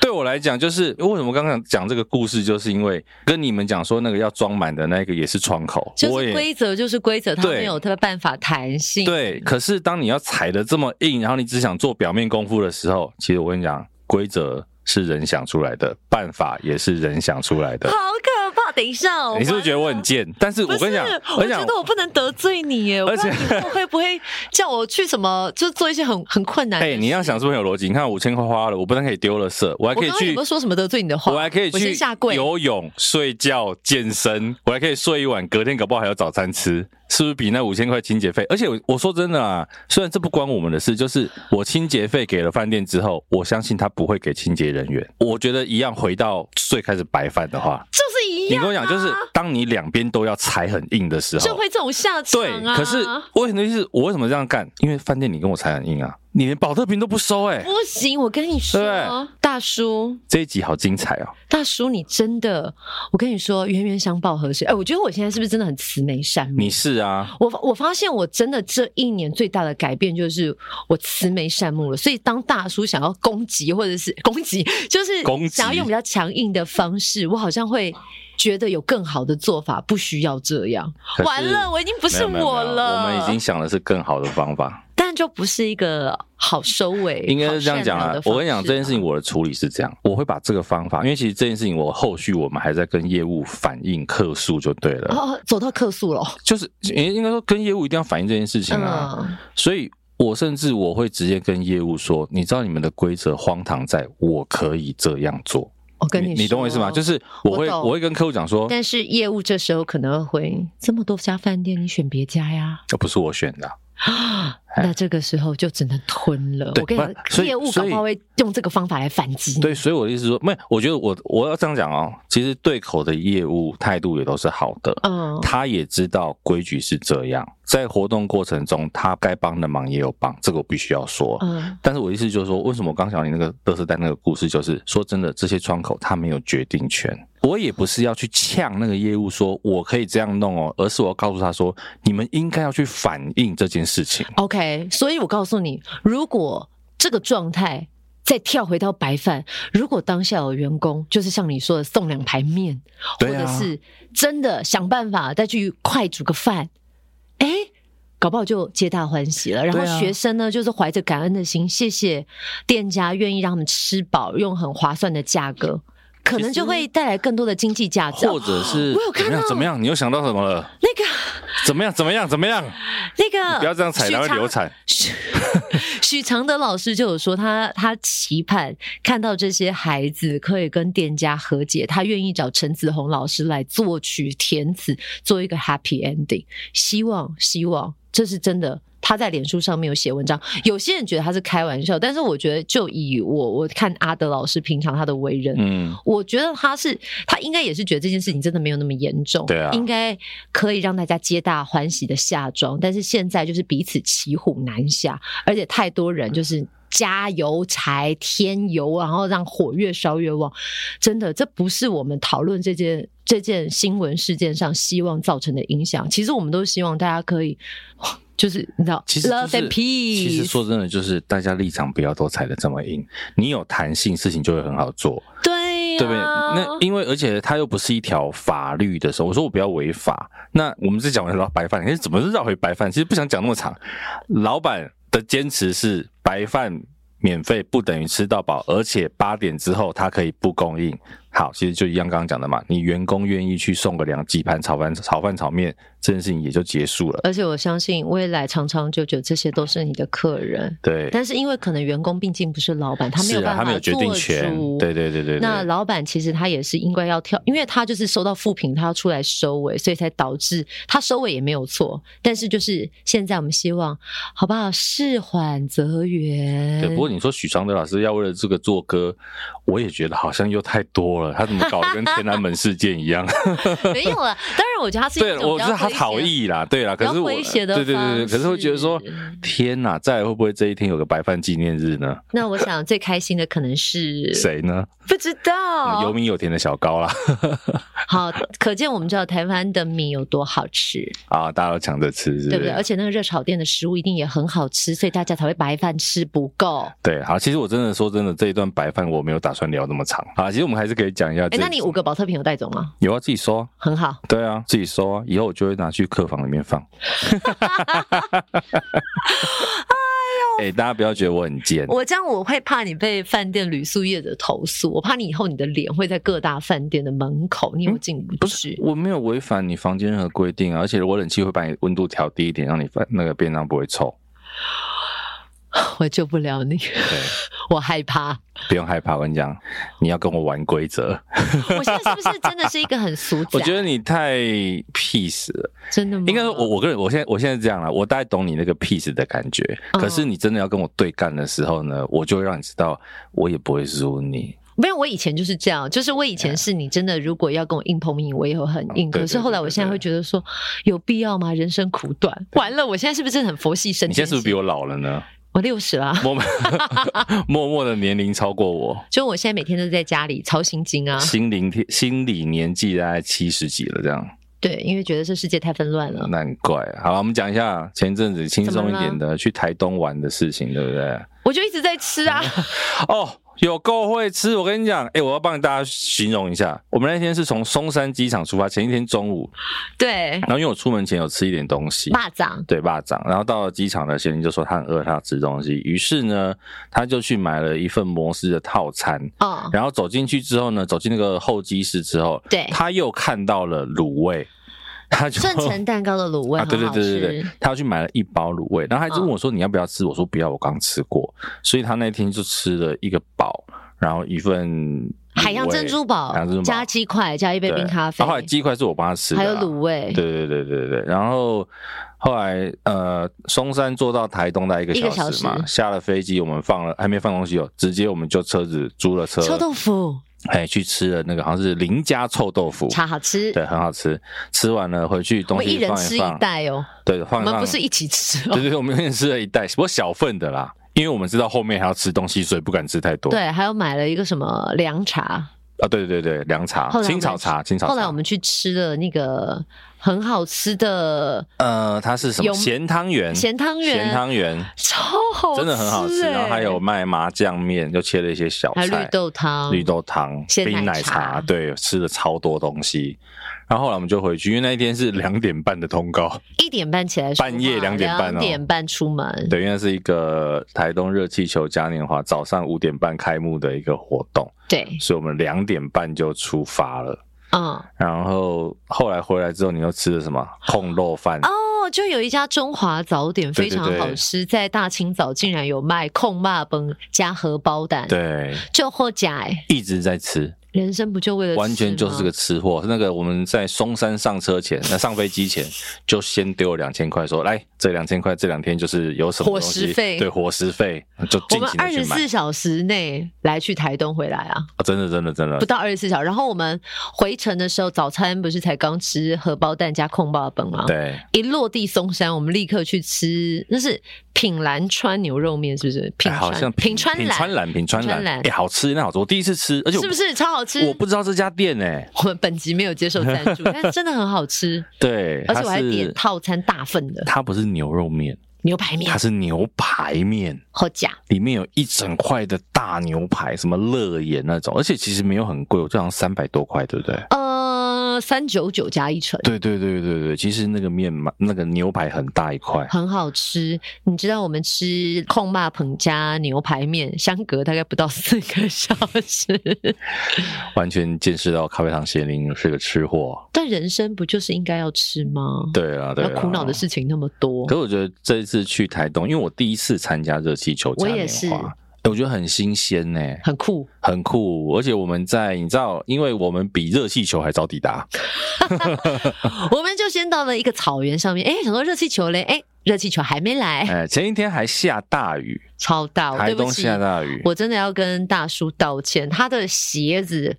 对我来讲，就是为什么刚刚讲这个故事，就是因为跟你们讲说那个要装满的那个也是窗口，就我是也规则就是规则，它对没有它的办法弹性。对。可是当你要踩的这么硬，然后你只想做表面功夫的时候，其实我跟你讲，规则是人想出来的，办法也是人想出来的好。可怕！等一下哦，你是不是觉得我完很了？贱？但是不我是跟你讲，我跟你觉讲得，我不能得罪你耶，我而不知且道你以后会不会叫我去什么，就是做一些很很困难的哎、事。你要想是不是很有逻辑？你看五千块花了，我不但可以丢了色，我我还可刚刚以有去没有说什么得罪你的话？我还可以我先去下跪。游泳、睡觉、健身，我还可以睡一晚，隔天搞不好还有早餐吃，是不是比那五千块清洁费？而且我我说真的啊，虽然这不关我们的事，就是我清洁费给了饭店之后，我相信他不会给清洁人员。我觉得一样，回到最开始白饭的话，就是一你样啊跟我讲，就是当你两边都要踩很硬的时候，就会这种下场对。啊。可是我很多意思，我为什么这样干？因为饭店你跟我踩很硬啊，你连保特瓶都不收哎、不行，我跟你对说不，大叔，这一集好精彩哦！大叔，你真的，我跟你说，冤冤相报何时？哎，我觉得我现在是不是真的很慈眉善目？你是啊，我我发现我真的这一年最大的改变就是我慈眉善目了，所以当大叔想要攻击或者是 [laughs] 攻击，就是攻击想要用比较强硬的方式，我好像会觉得有更好的做法，不需要这样。可是完了，我已经不没是有没有我没有了，我们已经，想的是更好的方法，但就不是一个好收尾，应该是这样讲好善了啊的。方我跟你讲式这件事情，我的处理是这样，我会把这个方法，因为其实这件事情我后续我们还在跟业务反映客诉就对了，哦，走到客诉了，就是应应该说跟业务一定要反映这件事情啊，嗯，所以。我甚至我会直接跟业务说，你知道你们的规则荒唐在，我可以这样做。我跟你你。懂我意思吗？就是是我会我懂我会跟客户讲说，但是业务这时候可能会这么多家饭店，你选别家呀。这不是我选的啊，那这个时时候就只能吞了。对我跟你不所讲，以业务搞不好会用这个方法来反击你。对，所以我的意思是说，没有，我觉得我我要这样讲哦。其实对口的业务态度也都是好的，嗯，他也知道规矩是这样，在活动过程中，他该帮的忙也有帮，这个我必须要说。嗯但是我意思就是说，为什么我刚想你那个乐色蛋那个故事，就是说真的，这些窗口他没有决定权。我也不是要去呛那个业务说我可以这样弄哦，而是我要告诉他说，你们应该要去反映这件事哦情。 ，OK。所以我告诉你，如果这个状态再跳回到白饭，如果当下有员工就是像你说的送两盘面，或对者啊是真的想办法再去快煮个饭，哎、搞不好就皆大欢喜了。然对后啊学生呢，就是怀着感恩的心，谢谢店家愿意让他们吃饱，用很划算的价格，可能就会带来更多的经济价值。或者哦是我有怎看么样到怎么样？你又想到什么了？那个怎么样怎么样怎么样？那个，不要这样踩，许然后常流产。许 [laughs] 许常德老师就有说他，他期盼看到这些孩子可以跟店家和解，他愿意找陈子红老师来作曲填词，做一个 happy ending。希望，希望这是真的。他在脸书上面有写文章，有些人觉得他是开玩笑，但是我觉得就以我我看阿德老师平常他的为人，嗯，我觉得他是他应该也是觉得这件事情真的没有那么严重，对啊应该可以让大家皆大欢喜的下妆。但是现在就是彼此骑虎难下，而且太多人就是加油柴添油，然后让火越烧越旺。真的，这不是我们讨论这件这件新闻事件上希望造成的影响。其实我们都希望大家可以，就是你知道，其实就 love 是 and peace。其实说真的，就是大家立场不要都踩得这么硬，你有弹性，事情就会很好做，对、啊，对不对？那因为而且它又不是一条法律的时候，我说我不要违法。那我们是讲完老白饭，可是怎么是绕回白饭？其实不想讲那么长。老板的坚持是白饭免费不等于吃到饱，而且八点之后它可以不供应。好，其实就一样刚刚讲的嘛，你员工愿意去送个两几盘炒饭、炒饭、炒面，这件事情也就结束了。而且我相信未来长长久久，这些都是你的客人。对，但是因为可能员工毕竟不是老板，他没有是啊办他法们有决定做权主，对对对对对。那老板其实他也是应该要跳，因为他就是收到负评，他要出来收尾，所以才导致他收尾也没有错。但是就是现在我们希望，好不好？事缓则圆。对，不过 [laughs] 你说许常德老师要为了这个做歌，我也觉得好像又太多了。他怎么搞得跟天安门事件一 [laughs] 样？ [laughs] 没有了。当然，我觉得他是一对，种我比知较道他诙好谐意啦，对啦。比可较是我，诙谐对的对对对，可是会觉得说方式，天哪，再来会不会这一天有个白饭纪念日呢？那我想最开心的可能是哦谁呢？不知道有名有甜的小高啦， [laughs] 好，可见我们知道台湾的米有多好吃，啊，大家都抢着吃，是对不不对？是而？且那个热炒店的食物一定也很好吃，所以大家才会白饭吃不够。对，好，其实我真的说真的，这一段白饭我没有打算聊那么长啊。其实我们还是可以讲一下这。哎，那你五个保特瓶有带走吗？有啊，自己收啊，很好，对啊，自己收啊，以后我就会拿去客房里面放。 [laughs] 哎、大家不要觉得我很贱，我这样我会怕你被饭店旅宿业者投诉，我怕你以后你的脸会在各大饭店的门口，你以后嗯进不去。我没有违反你房间任何规定啊，而且我冷气会把你温度调低一点，让你饭那个便当不会臭。我救不了你，对，我害怕。 [laughs] 不用害怕，我跟你讲，你要跟我玩规 [laughs] 则。我现在是不是真的是一个很俗仔？我觉得你太 peace 了，真的吗？应该说我我个人我现在我现在是这样了，我大概懂你那个 peace 的感觉。可是你真的要跟我对干的时候呢，我就会让你知道，我也不会输你。没有，我以前就是这样，就是我以前是你真的，如果要跟我硬碰硬，我也会很硬。嗯啊对可是后来，我现在会觉得说，有必要吗？人生苦短，完了，我现在是不是很佛系生？你现在是不是比我老了呢？我六十啦？默默默默的年龄超过我，就我现在每天都在家里操心经 [laughs] 啊，心灵天心理年纪大概七十几了，这样对，因为觉得这世界太纷乱了。难怪。啊好了，我们讲一下前一阵子轻松一点的去台东玩的事情，对不对？我就一直在吃 [laughs] 啊，哦，有够会吃！我跟你讲，哎、我要帮大家形容一下，我们那天是从松山机场出发，前一天中午，对，然后因为我出门前有吃一点东西，蚂蚱，对霸掌，然后到了机场呢，贤玲就说她很饿，她要吃东西，于是呢，她就去买了一份摩斯的套餐，哦，然后走进去之后呢，走进那个候机室之后，对他又看到了卤味，他 [laughs] 就顺成蛋糕的卤味啊，很对对好对吃对嗯对，，他要去买了一包卤味，然后他一直问我说你要不要吃，我说不要，我刚吃过，所以他那天就吃了一个堡，然后一份海洋卤味珍珠堡海洋珍珠堡加鸡块加一杯对啊冰咖啡然后，后来鸡块是我帮他吃的还有啊，卤味，对对对对对，然后后来呃，松山坐到台东的一个一个小时小嘛，时下了飞机，我们放了还没放东西哦，直接我们就车子租了车，臭豆腐，哎，去吃了那个好像是林家臭豆腐，超好吃。对，很好吃。吃完了回去我东们一西人放吃放，一袋哦，对，我放一们放，不是一起吃哦对。对对，我们一人吃了一袋，不过小份的啦，因为我们知道后面还要吃东西，所以不敢吃太多。对，还有买了一个什么凉茶。啊，对对对，凉茶后来我、们青草茶、青草茶。后来我们去吃了那个很好吃的呃，它是什么有咸汤圆？咸汤圆，咸汤圆超好吃、欸真的很好吃，然后还有卖麻酱面，就切了一些小还有绿菜。豆汤，绿豆汤、鲜奶冰奶茶茶，对，吃了超多东西。然后后来我们就回去，因为那一天是两点半的通告，一点半起来出门，半夜两点半哦两点半出门，对，因为是一个台东热气球嘉年华早上五点半开幕的一个活动，对，所以我们两点半就出发了。嗯。然后后来回来之后，你又吃了什啊么控肉饭？哦，就有一家中华早点对非对常对好吃，在大清早竟然有卖控骂崩加荷包蛋，对，就或假哎，一直在吃，人生不就为了完全吃就是吗个吃货。那个我们在松山上车前，那上飞机前就先丢两千块，说来这两千块这两天就是有什么伙东食西费对伙食费就我尽们情二的去十买。四小时内来去台东回来啊，啊真的真的真的不，到二十四小时。然后我们回程的时候，早餐不是才刚吃荷包蛋加控爆本吗？，对，一落地松山，我们立刻去吃，那是品兰川牛肉面，是不是？品哎川、好像品川品兰川蓝品川川蓝，蓝哎、好吃，那好吃，我第一次吃，而且我是不是超好吃？我不知道这家店哎、 [laughs] 我们本集没有接受赞 [laughs] 助，但真的很好吃，对，而且我它还是点套餐大份的它不是牛肉面，牛排面它，是牛排面。好假。里面有一整块的大牛排，什么乐眼那种，而且其实没有很贵，我就好像三百多块，对不对？呃，三九九加一成，对对对对对，其实那个面嘛，那个牛排很大一块，很好吃。你知道我们吃控霸捧加牛排面，相隔大概不到四个小 [laughs] 时。完全见识到咖啡糖贤玲是个吃货。但人生不就是应该要吃吗？对啊，对要啊，苦恼的事情那么多可。是我觉得这一次去台东，因为我第一次参加热气球嘉我也年是华，哎我觉得很新鲜欸呢、很酷，很酷。而且我们在你知道，因为我们比热气球还早抵达，我们就先到了一个草原上面，哎，想说热气球嘞，哎，热气球还没来，哎，前一天还下大雨，超大，台对东不起，下大雨，我真的要跟大叔道歉，他的鞋子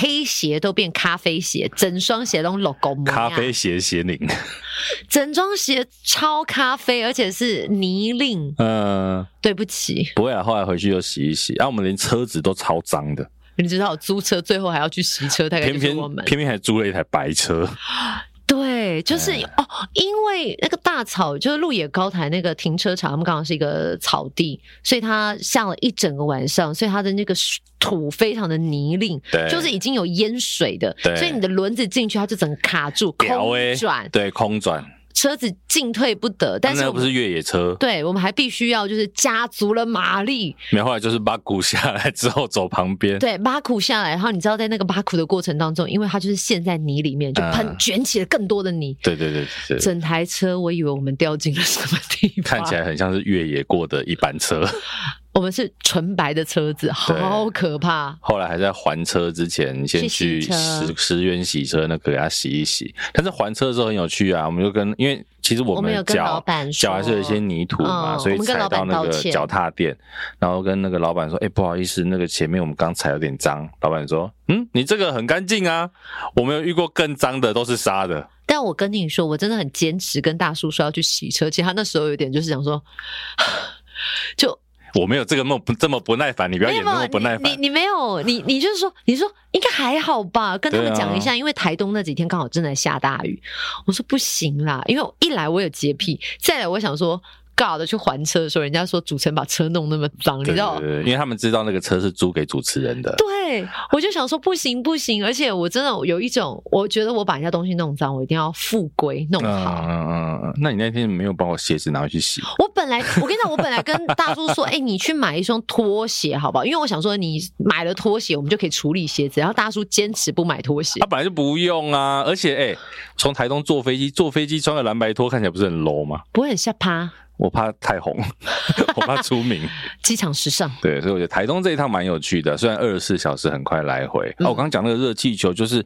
黑鞋都变咖啡鞋，整双鞋都 logo 咖啡，鞋邪灵，整双鞋超咖啡，而且是泥泞。嗯、呃，对不起，不会啊，后来回去又洗一洗，然、啊、后我们连车子都超脏的，你知道我租车最后还要去洗车，大概偏就是偏我们偏偏还租了一台白车，对，就是、哎哦，因为那个大草就是鹿野高台那个停车场，他们刚好是一个草地，所以它下了一整个晚上，所以它的那个水土非常的泥泞，对，就是已经有淹水的，哎对所以你的轮子进去，它就整个卡住，屌空欸转，对空转，车子进退不得。但但是那我不们是越野车，对，我们还必须要就是加足了马力，没有后来就是把鼓下来之后走旁边，对，巴苦下来，然后你知道在那个巴苦的过程当中，因为它就是陷在泥里面，就嗯喷卷起了更多的泥。对对对对对。整台车，我以为我们掉进了什么地方，看起来很像是越野过的一班 [laughs] 车，我们是纯白的车子，好可怕。后来还在还车之前去先去洗车十十元洗车那个给他洗一洗。但是还车的时候很有趣啊，我们就跟因为其实我我们们有跟老脚板说脚还是有一些泥土嘛，嗯所以我们跟踩老到板那个道歉脚踏垫，然后跟那个老板说：“哎、不好意思，那个前面我们刚踩有点脏。”老板说：“嗯，你这个很干净啊，我们有遇过更脏的，都是沙的。但我跟你说，我真的很坚持跟大叔说要去洗车。其实他那时候有点就是想说， [sighs] 就啊我没有这个梦不这么不耐烦，你不要演那么不耐你烦你。你没有，你你就是说，你说应该还好吧，跟他们对啊讲一下，因为台东那几天刚好正在下大雨。我说不行啦，因为我一来我有洁癖，再来我想说。尬的去还车的时候，人家说主持人把车弄那么脏，你对知道对对，对因为他们知道那个车是租给主持人的。对，我就想说不行不行，而且我真的有一种，我觉得我把人家东西弄脏，我一定要复归弄嗯好。嗯嗯嗯，那你那天没有把我鞋子拿回去洗？我本来 [laughs] 我跟你讲，我本来跟大叔说，哎、你去买一双拖鞋好不好？因为我想说，你买了拖鞋，我们就可以处理鞋子。然后大叔坚持不买拖鞋他、，本来就不用啊，而且哎，从、台东坐飞机，坐飞机穿个蓝白拖看起来不是很 low 吗？不会很下趴，我怕太红， [laughs] 我怕出名。机场时尚。 [laughs] 对，所以我觉得台东这一趟蛮有趣的，虽然二十四小时很快来回。啊，我刚刚讲那个热气球，就是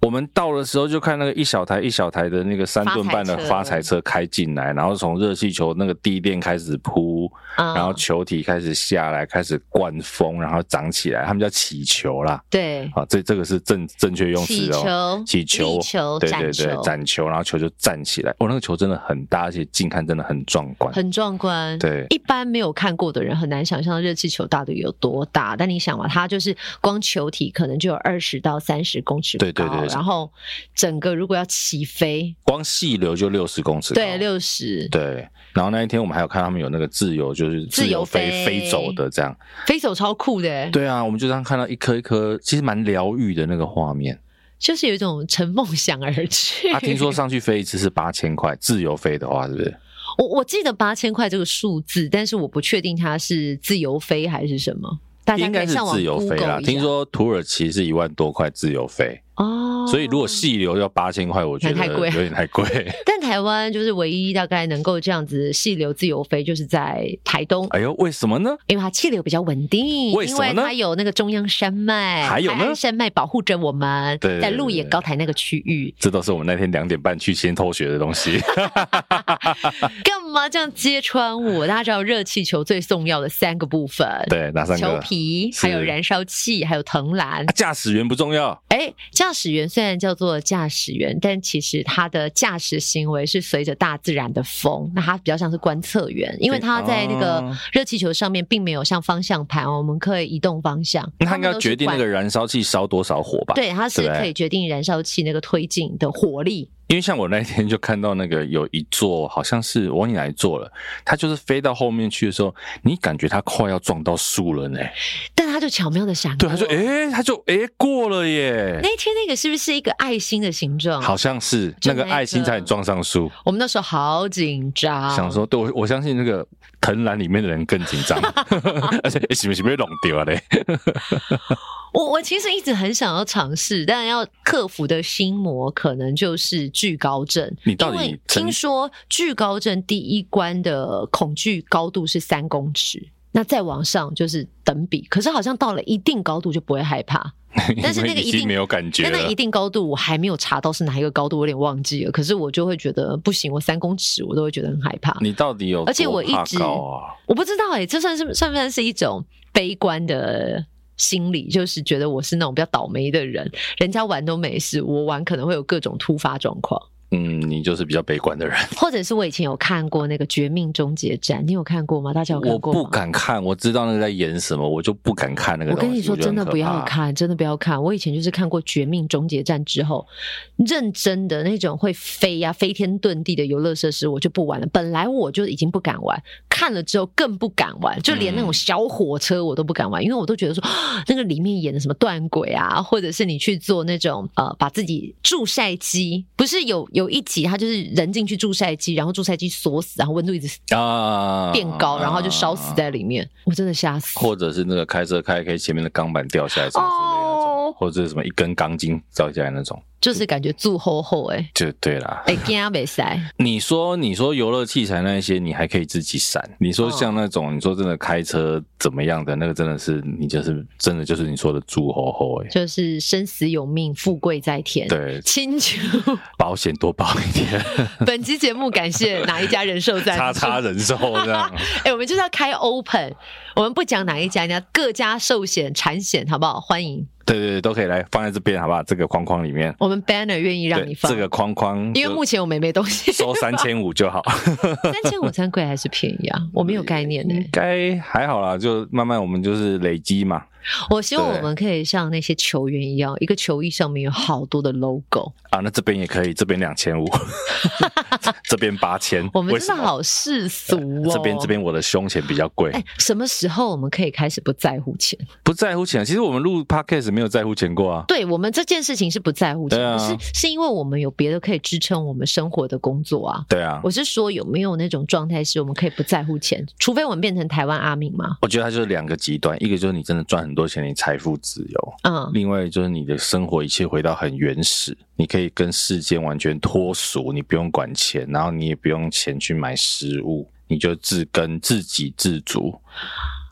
我们到的时候就看那个一小台一小台的那个三吨半的发发财财车开进来，然后从热气球那个地垫开始铺，啊然后球体开始下来，开始灌风，然后长起来，他们叫起球啦。对，啊，这这个是正正确用起词哦。球、起球立球、对展对对，球，展球，然后球就站起来。哦，那个球真的很大，而且近看真的很壮观。很壮观。对一般没有看过的人很难想象热气球到底有多大，但你想嘛，它就是光球体可能就有二十到三十公尺高，对对对然后整个如果要起飞，光细流就六十公尺高。对，六十，对。然后那一天我们还有看他们有那个自由，就是自由飞飞飞走的这样。飞手超酷的欸，对啊，我们就这样看到一颗一颗，其实蛮疗愈的那个画面。就是有一种乘梦想而去。 [laughs] 啊，听说上去飞一次是八千块，自由飞的话是不是？我我记得八千块这个数字，但是我不确定它是自由飞还是什么。大家应可该以是上网自由飞 Google 啦。一下听说土耳其是一万多块自由飞，哦，所以如果细流要八千块，我觉那得太贵有点太贵。 [laughs] 但台台湾就是唯一大概能够这样子细流自由飞，就是在台东，哎呦，为什么呢？因为它气流比较稳定，为什因么呢为它有那个中央山脉，还有呢海岸山脉保护着我们，对对对在鹿野高台那个区域，这都是我们那天两点半去先偷学的东西。干嘛这样揭穿我？大家知道热气球最重要的三个部分，对，哪三球个？皮，是还有燃烧器，还有藤篮啊。驾驶员不重要，哎，驾驶员虽然叫做驾驶员，但其实他的驾驶行为是随着大自然的风，那他比较像是观测员，因为他在那个哦热气球上面并没有像方向盘，哦我们可以移动方向。那他应该们都是决定那管个燃烧器烧多少火吧？对，它是对不对可以决定燃烧器那个推进的火力。因为像我那天就看到那个有一座，好像是我忘记哪一座了，它就是飞到后面去的时候，你感觉它快要撞到树了呢。哦但它就巧妙的闪对，过。他说，诶，他就诶过了耶，那一天那个是不是一个爱心的形状？好，像是就那那个爱心个差点撞上树，我们那时候好紧张，想说，对我我相信那个藤篮里面的人更紧 [laughs] 张，而且诶是不是被弄丢了嘞？我我其实一直很想要尝试，但要克服的心魔可能就是惧高症。你到底因为曾听说惧高症第一关的恐惧高度是三公尺，那再往上就是等比。可是好像到了一定高度就不会害怕，但是那因个为已一经定没有感觉但了那。一定高度我还没有查到是哪一个高度，我有点忘记了。可是我就会觉得不行，我三公尺我都会觉得很害怕。你到底有而且多我一怕直高啊？我不知道哎、这算是算不算是一种悲观的心理？就是觉得我是那种比较倒霉的人，人家玩都没事，我玩可能会有各种突发状况。嗯，你就是比较悲观的人。或者是我以前有看过那个《绝命终结战》，你有看过吗？大家有看我过吗？不敢看，我知道那个在演什么，我就不敢看那个我东西。跟你说，觉得真的很可不要怕。啊看，真的不要看。我以前就是看过《绝命终结战》之后，认真的那种会飞呀、飞天遁地的游乐设施，我就不玩了。本来我就已经不敢玩，看了之后更不敢玩，就连那种嗯小火车我都不敢玩，因为我都觉得说 [gasps] 那个里面演的什么断轨啊，或者是你去做那种呃，把自己注晒机，不是有有一集他就是人进去注晒机，然后注晒机锁死，然后温度一直啊，变高，然后就烧死在里面，我真的吓死。或者是那个开车开开前面的钢板掉下来什么之类的那种，哦或者是什么一根钢筋掉下来那种，就是感觉住后后哎、就对啦。哎，惊袂使，你说你说游乐器材那一些，你还可以自己闪。你说像那哦种、你说真的开车怎么样的那个，真的是你就是真的就是你说的猪吼吼哎、就是生死有命，富贵在天。，对，清楚。 [laughs] 保险多保一点，本期节目感谢哪一家人寿赞助？叉叉人寿这样。哎、我们就是要开 open，我们不讲哪一家，人家各家寿险、产险，好不好？欢迎，对对对，都可以来放在这边，好不好？这个框框里面，我们 banner 愿意让对你放，这个框框就，，因为目前我们也没东西收三千五就 [laughs] 好，三千午餐贵还是便宜啊？我没有概念呢、应该还好啦，就慢慢我们就是累积嘛。我希望对我们可以像那些球员一样，一个球衣上面有好多的 logo，啊，那这边也可以，这边两 [laughs] 千五，这边八千，我们为真什的么好世俗哦。这边这。边我的胸前比较贵哎、，什么时候我们可以开始不在乎钱？不在乎钱。其实我们录 podcast 没有在乎钱过啊。对我们这件事情是不在乎钱，对啊可是是因为我们有别的可以支撑我们生活的工作啊。对啊，我是说，有没有那种状态是我们可以不在乎钱，除非我们变成台湾阿明嘛？我觉得它就是两个极端，一个就是你真的赚很多钱，你财富自由；嗯，另外就是你的生活一切回到很原始，你可以跟世间完全脱俗，你不用管钱，然后你也不用钱去买食物，你就自耕自给自足。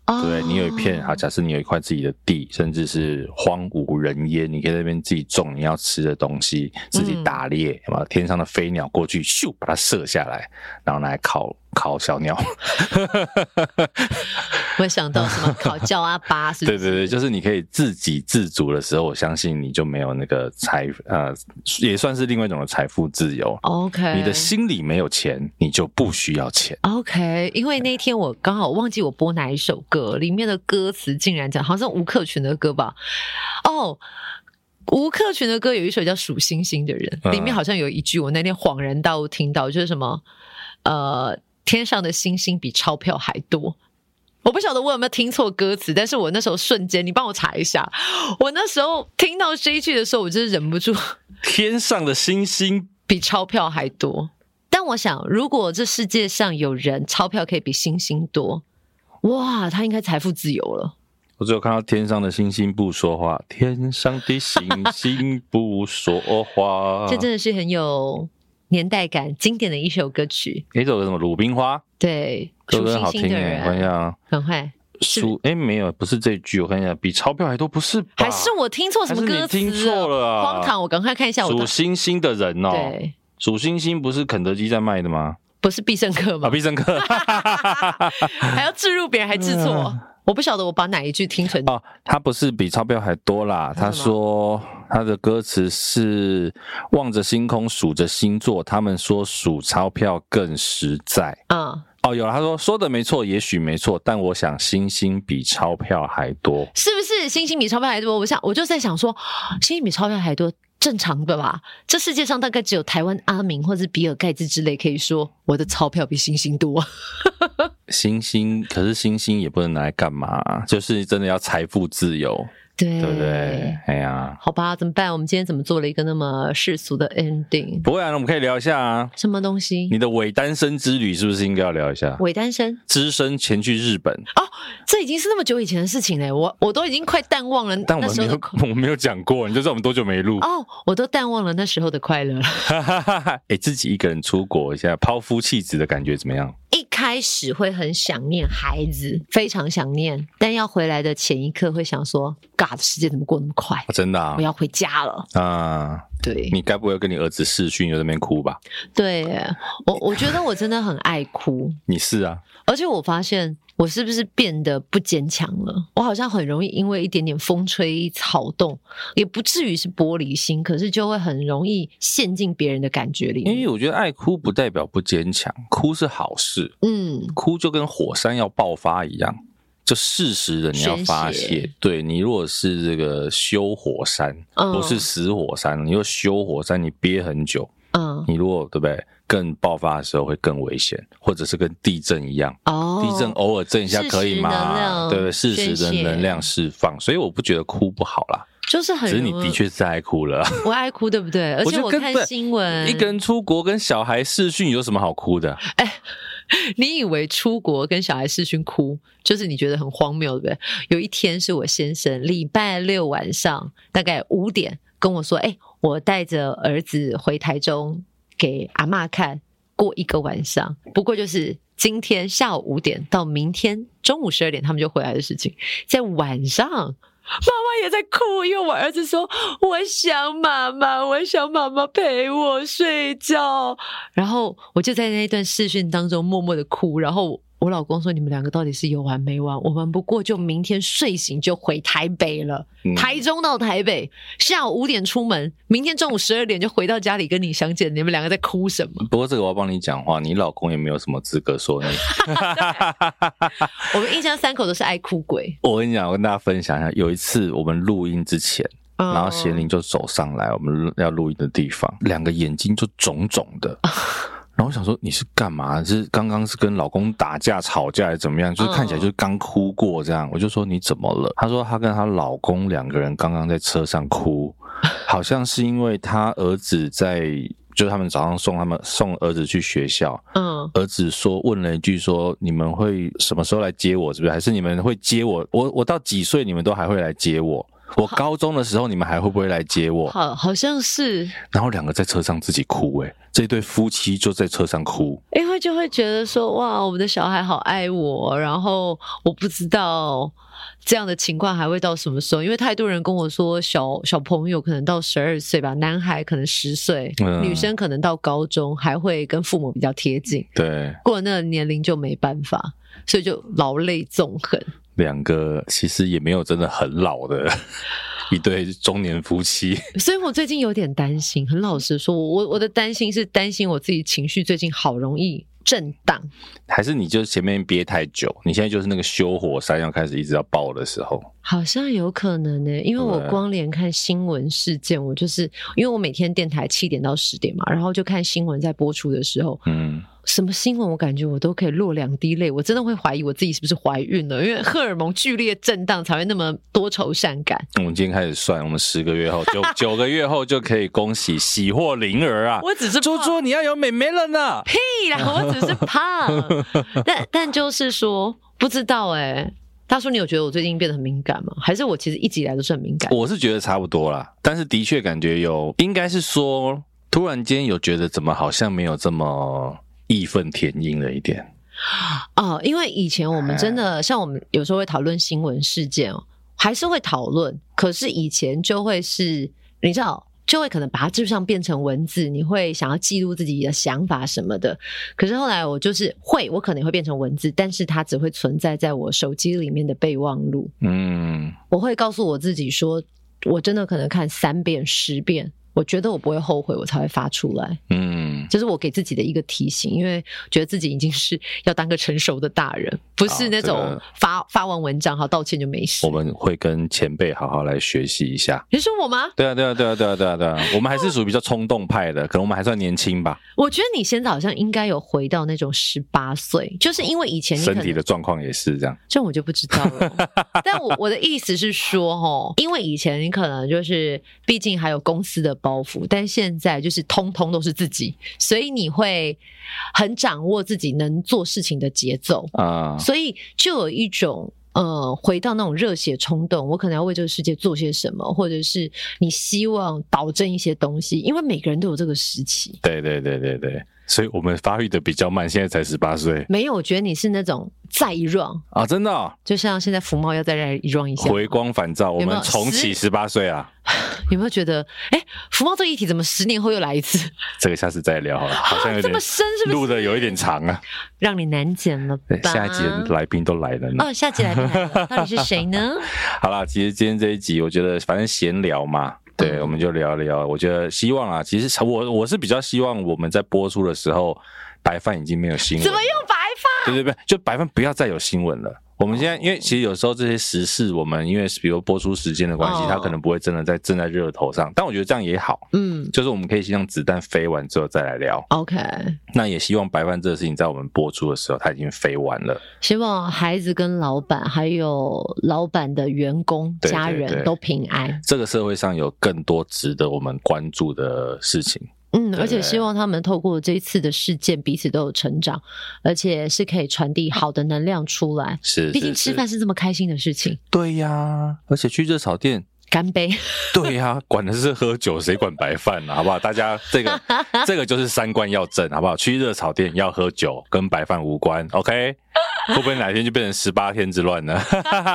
哦对你有一片，啊好，好，假设你有一块自己的地，甚至是荒无人烟，你可以在那边自己种你要吃的东西，自己打猎，有没有天上的飞鸟过去，咻，把它射下来，然后拿来烤烤小鸟。我想到 [laughs] 什么烤焦阿巴，是不对是？对对，就是你可以自给自足的时候，我相信你就没有那个财呃，也算是另外一种的财富自由。 OK，你的心里没有钱，你就不需要钱。 OK，因为那天我刚好忘记我播哪一首歌，里面的歌词竟然讲好像是吴克群的歌吧？哦，吴克群的歌有一首叫《数星星的人》，嗯里面好像有一句我那天恍然大悟听到，就是什么呃，天上的星星比钞票还多。我不晓得我有没有听错歌词，但是我那时候瞬间，你帮我查一下。我那时候听到这一句的时候，我就是忍不住天上的星星比钞票还多。但我想，如果这世界上有人钞票可以比星星多，哇，他应该财富自由了。我只有看到天上的星星不说话，天上的星星不说话 [laughs]。啊这真的是很有年代感经典的一首歌曲。诶，这首歌什么？鲁冰花，对，这首数歌星好星听的诶，我看一人，下啊，很会，是数诶，没有，不是这句，我看一下，比钞票还多，不是吧？还是我听错什么歌词？还是你听错了啊荒唐！我赶快看一下我数的。星星的人哦，对，数星星不是肯德基在卖的吗？不是必胜客啊，吗？必胜客还要置入别人，还置嗯错。我不晓得我把哪一句听成哦，他不是比钞票还多啦。他他什说他的歌词是望着星空数着星座，他们说数钞票更实在。啊，哦，有了，他说说的没错，也许没错，但我想星星比钞票还多。是不是星星比钞票还多？我想我就在想说， [gasps] 星星比钞票还多，正常的吧？这世界上大概只有台湾阿明或是比尔盖茨之类可以说我的钞票比星星 [laughs] 多。星星，可是星星也不能拿来干嘛、就是真的要财富自由，对对不对？哎呀，好吧，怎么办？我们今天怎么做了一个那么世俗的 ending？不会啊，我们可以聊一下啊。什么东西你？的伪单身之旅是不是应该要聊一下？伪单身，只身前去日本，这已经是那么久以前的事情嘞，我我都已经快淡忘了但我那们时候没的有快， [laughs] 我们没有讲过，你就知道我们多久没录。哦，我都淡忘了那时候的快乐了。 [laughs] 哎、自己一个人出国一下，抛夫弃子的感觉怎么样？一开始会很想念孩子，非常想念，但要回来的前一刻会想说，God，时间怎么过那么快？啊真的啊我，要回家了。啊、对你该不会跟你儿子视讯就在那边哭吧？对，我我觉得我真的很爱哭，你是啊，而且我发现我是不是变得不坚强了？我好像很容易因为一点点风吹草动，也不至于是玻璃心，可是就会很容易陷进别人的感觉里因为面。我觉得爱哭不代表不坚强，哭是好事，嗯，哭就跟火山要爆发一样，就适时的你要发宣泄泄。对你如果是这个修火山，嗯不是死火山，你若修火山，你憋很久，嗯，你如果对不对，更爆发的时候会更危险，或者是跟地震一样。哦，地震偶尔震一下可以适时能嘛？量对不对？适时的宣泄能量释放，所以我不觉得哭不好啦，就是只很是容你易，的确是爱哭了。我爱哭，对不对？而我且就我跟看对新闻，一个人出国跟小孩视讯有什么好哭的？你以为出国跟小孩视讯哭，就是你觉得很荒谬，对不对？有一天是我先生礼拜六晚上大概五点跟我说：“哎、我带着儿子回台中给阿嬷看，过一个晚上。不过就是今天下午五点到明天中午十二点，他们就回来的事情，在晚上。”妈妈也在哭，因为我儿子说：“我想妈妈，我想妈妈陪我睡觉。”然后我就在那一段视讯当中默默的哭，然后我老公说：“你们两个到底是有完没完？我们不过就明天睡醒就回台北了，嗯台中到台北，下午五点出门，明天中午十二点就回到家里跟你相见。你们两个在哭什么？不过这个我要帮你讲话，你老公也没有什么资格说你。我们一家三口都是爱哭鬼。我跟你讲，我跟大家分享一下，有一次我们录音之前，然哦后贤玲就走上来我们录要录音的地方，两个眼睛就肿肿的。然后我想说你是干嘛？是刚刚是跟老公打架吵架还是怎么样？就是看起来就是刚哭过这样。我就说你怎么了？她说她跟她老公两个人刚刚在车上哭，好像是因为她儿子在，就是他们早上送他们送儿子去学校，嗯，儿子说问了一句说你们会什么时候来接我？是不是？还是你们会接我？我我到几岁你们都还会来接我？我高中的时候你们还会不会来接我？好，好像是然后两个在车上自己哭、欸，这对夫妻就在车上哭。因为就会觉得说，哇，我们的小孩好爱我，然后我不知道这样的情况还会到什么时候，因为太多人跟我说小，小朋友可能到十二岁吧，男孩可能十岁，嗯女生可能到高中还会跟父母比较贴近，对，过了那个年龄就没办法，所以就劳累纵横。两个其实也没有真的很老的 [laughs] 一对中年夫妻。所以我最近有点担心，很老实说，我我的担心是担心我自己情绪最近好容易震荡。还是你就前面憋太久，你现在就是那个修火山要开始一直要爆的时候。好像有可能呢、因为我对光连看新闻事件，我就是因为我每天电台七点到十点嘛，然后就看新闻在播出的时候，嗯，什么新闻我感觉我都可以落两滴泪，我真的会怀疑我自己是不是怀孕了，因为荷尔蒙剧烈震荡才会那么多愁善感。我们今天开始算，我们十个月后九九个月后就可以恭喜喜获麟儿啊！我只 [laughs] 是猪猪，你要有妹妹了呢。 [laughs] 屁啦，我只是胖，但但就是说不知道哎、大叔，你有觉得我最近变得很敏感吗？还是我其实一直以来都是很敏感？我是觉得差不多啦，但是的确感觉有，应该是说突然间有觉得怎么好像没有这么义愤填膺了一点。哦，因为以前我们真的像我们有时候会讨论新闻事件，哦，还是会讨论，可是以前就会是，你知道。就会可能把它就像变成文字，你会想要记录自己的想法什么的。可是后来我就是会，我可能会变成文字，但是它只会存在在我手机里面的备忘录。嗯，我会告诉我自己说，我真的可能看三遍、十遍，我觉得我不会后悔，我才会发出来。嗯，这是我给自己的一个提醒，因为觉得自己已经是要当个成熟的大人，不好是那啊这种个发、发完文章好道歉就没事我。们会跟前辈好好来学习一下。你说我吗？对啊，对啊，对啊，对啊，对啊，对啊， [laughs] 我们还是属于比较冲动派的，可能我们还算年轻 [laughs] 吧，我觉得你现在好像应该有回到那种十八岁，就是因为以前你可身能体的状况也是这样。这我就不知道了。 [laughs] 但我我的意思是说，哦，因为以前你可能就是，毕竟还有公司的包袱，但现在就是通通都是自己，所以你会很掌握自己能做事情的节奏。啊、所以就有一种呃，回到那种热血冲动，我可能要为这个世界做些什么，或者是你希望导正一些东西，因为每个人都有这个时期。对对对对对，所以我们发育的比较慢，现在才十八岁没有，我觉得你是那种再一 run，啊，真的哦、就像现在福茂要再来一 run 一下，回光返照，我有没有们重启十八岁啊，有没有觉得？哎，福茂这个议题怎么十年后又来一次？这个下次再聊好了，好像有啊这点么深是不录是？的有一点长啊。让你难剪了对，吧？下一集的来宾都来了呢。哦，下集来宾来了，到底是谁 [laughs] 呢？好啦，其实今天这一集，我觉得反正闲聊嘛，嗯对，我们就聊一聊。我觉得希望啊，其实我我是比较希望我们在播出的时候，白饭已经没有新闻，怎么又啊白发？对对对，就白饭不要再有新闻了。我们现在，因为其实有时候这些时事，我们因为比如播出时间的关系哦，它可能不会真的在正在热头上，但我觉得这样也好，嗯就是我们可以先让子弹飞完之后再来聊。 ，OK，那也希望白饭这个事情在我们播出的时候，它已经飞完了。希望孩子跟老板，还有老板的员工、对家对人对都平安。这个社会上有更多值得我们关注的事情。嗯，对而且希望他们透过这一次的事件，彼此都有成长，而且是可以传递好的能量出来。是，毕竟是吃饭是是这么开心的事情，对呀、而且去热炒店，干杯！对呀、管的是喝酒，谁管白饭啊呢、好不好？大家这个这个就是三观要正，好不好？去热炒店要喝酒，跟白饭无关，OK？会不会哪天就变成十八天之乱呢？ [laughs]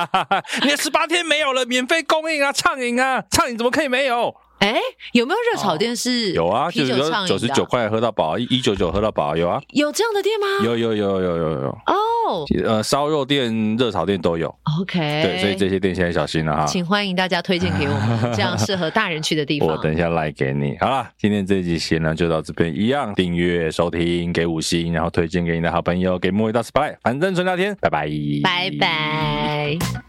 你的十八天没有了，免费供应啊，畅饮啊，畅饮怎么可以没有？ [laughs] 哎，有没有热炒店是有啊，就啤是酒说畅九饮十的九块喝到饱，一一九九喝到饱，有啊，有这样的店吗？有有有有有有哦有，呃，烧肉店、热炒店都有。 ，OK，对，所以这些店现在小心了哈。哎请欢迎大家推荐给我 [laughs] 们这样适合大人去的地我方。等一下赖给你。好啦，今天这一集闲聊就到这边，一样订阅、收听、给五星，然后推荐给你的好朋友，给莫一道 spy，反正纯聊天，拜拜，拜。拜。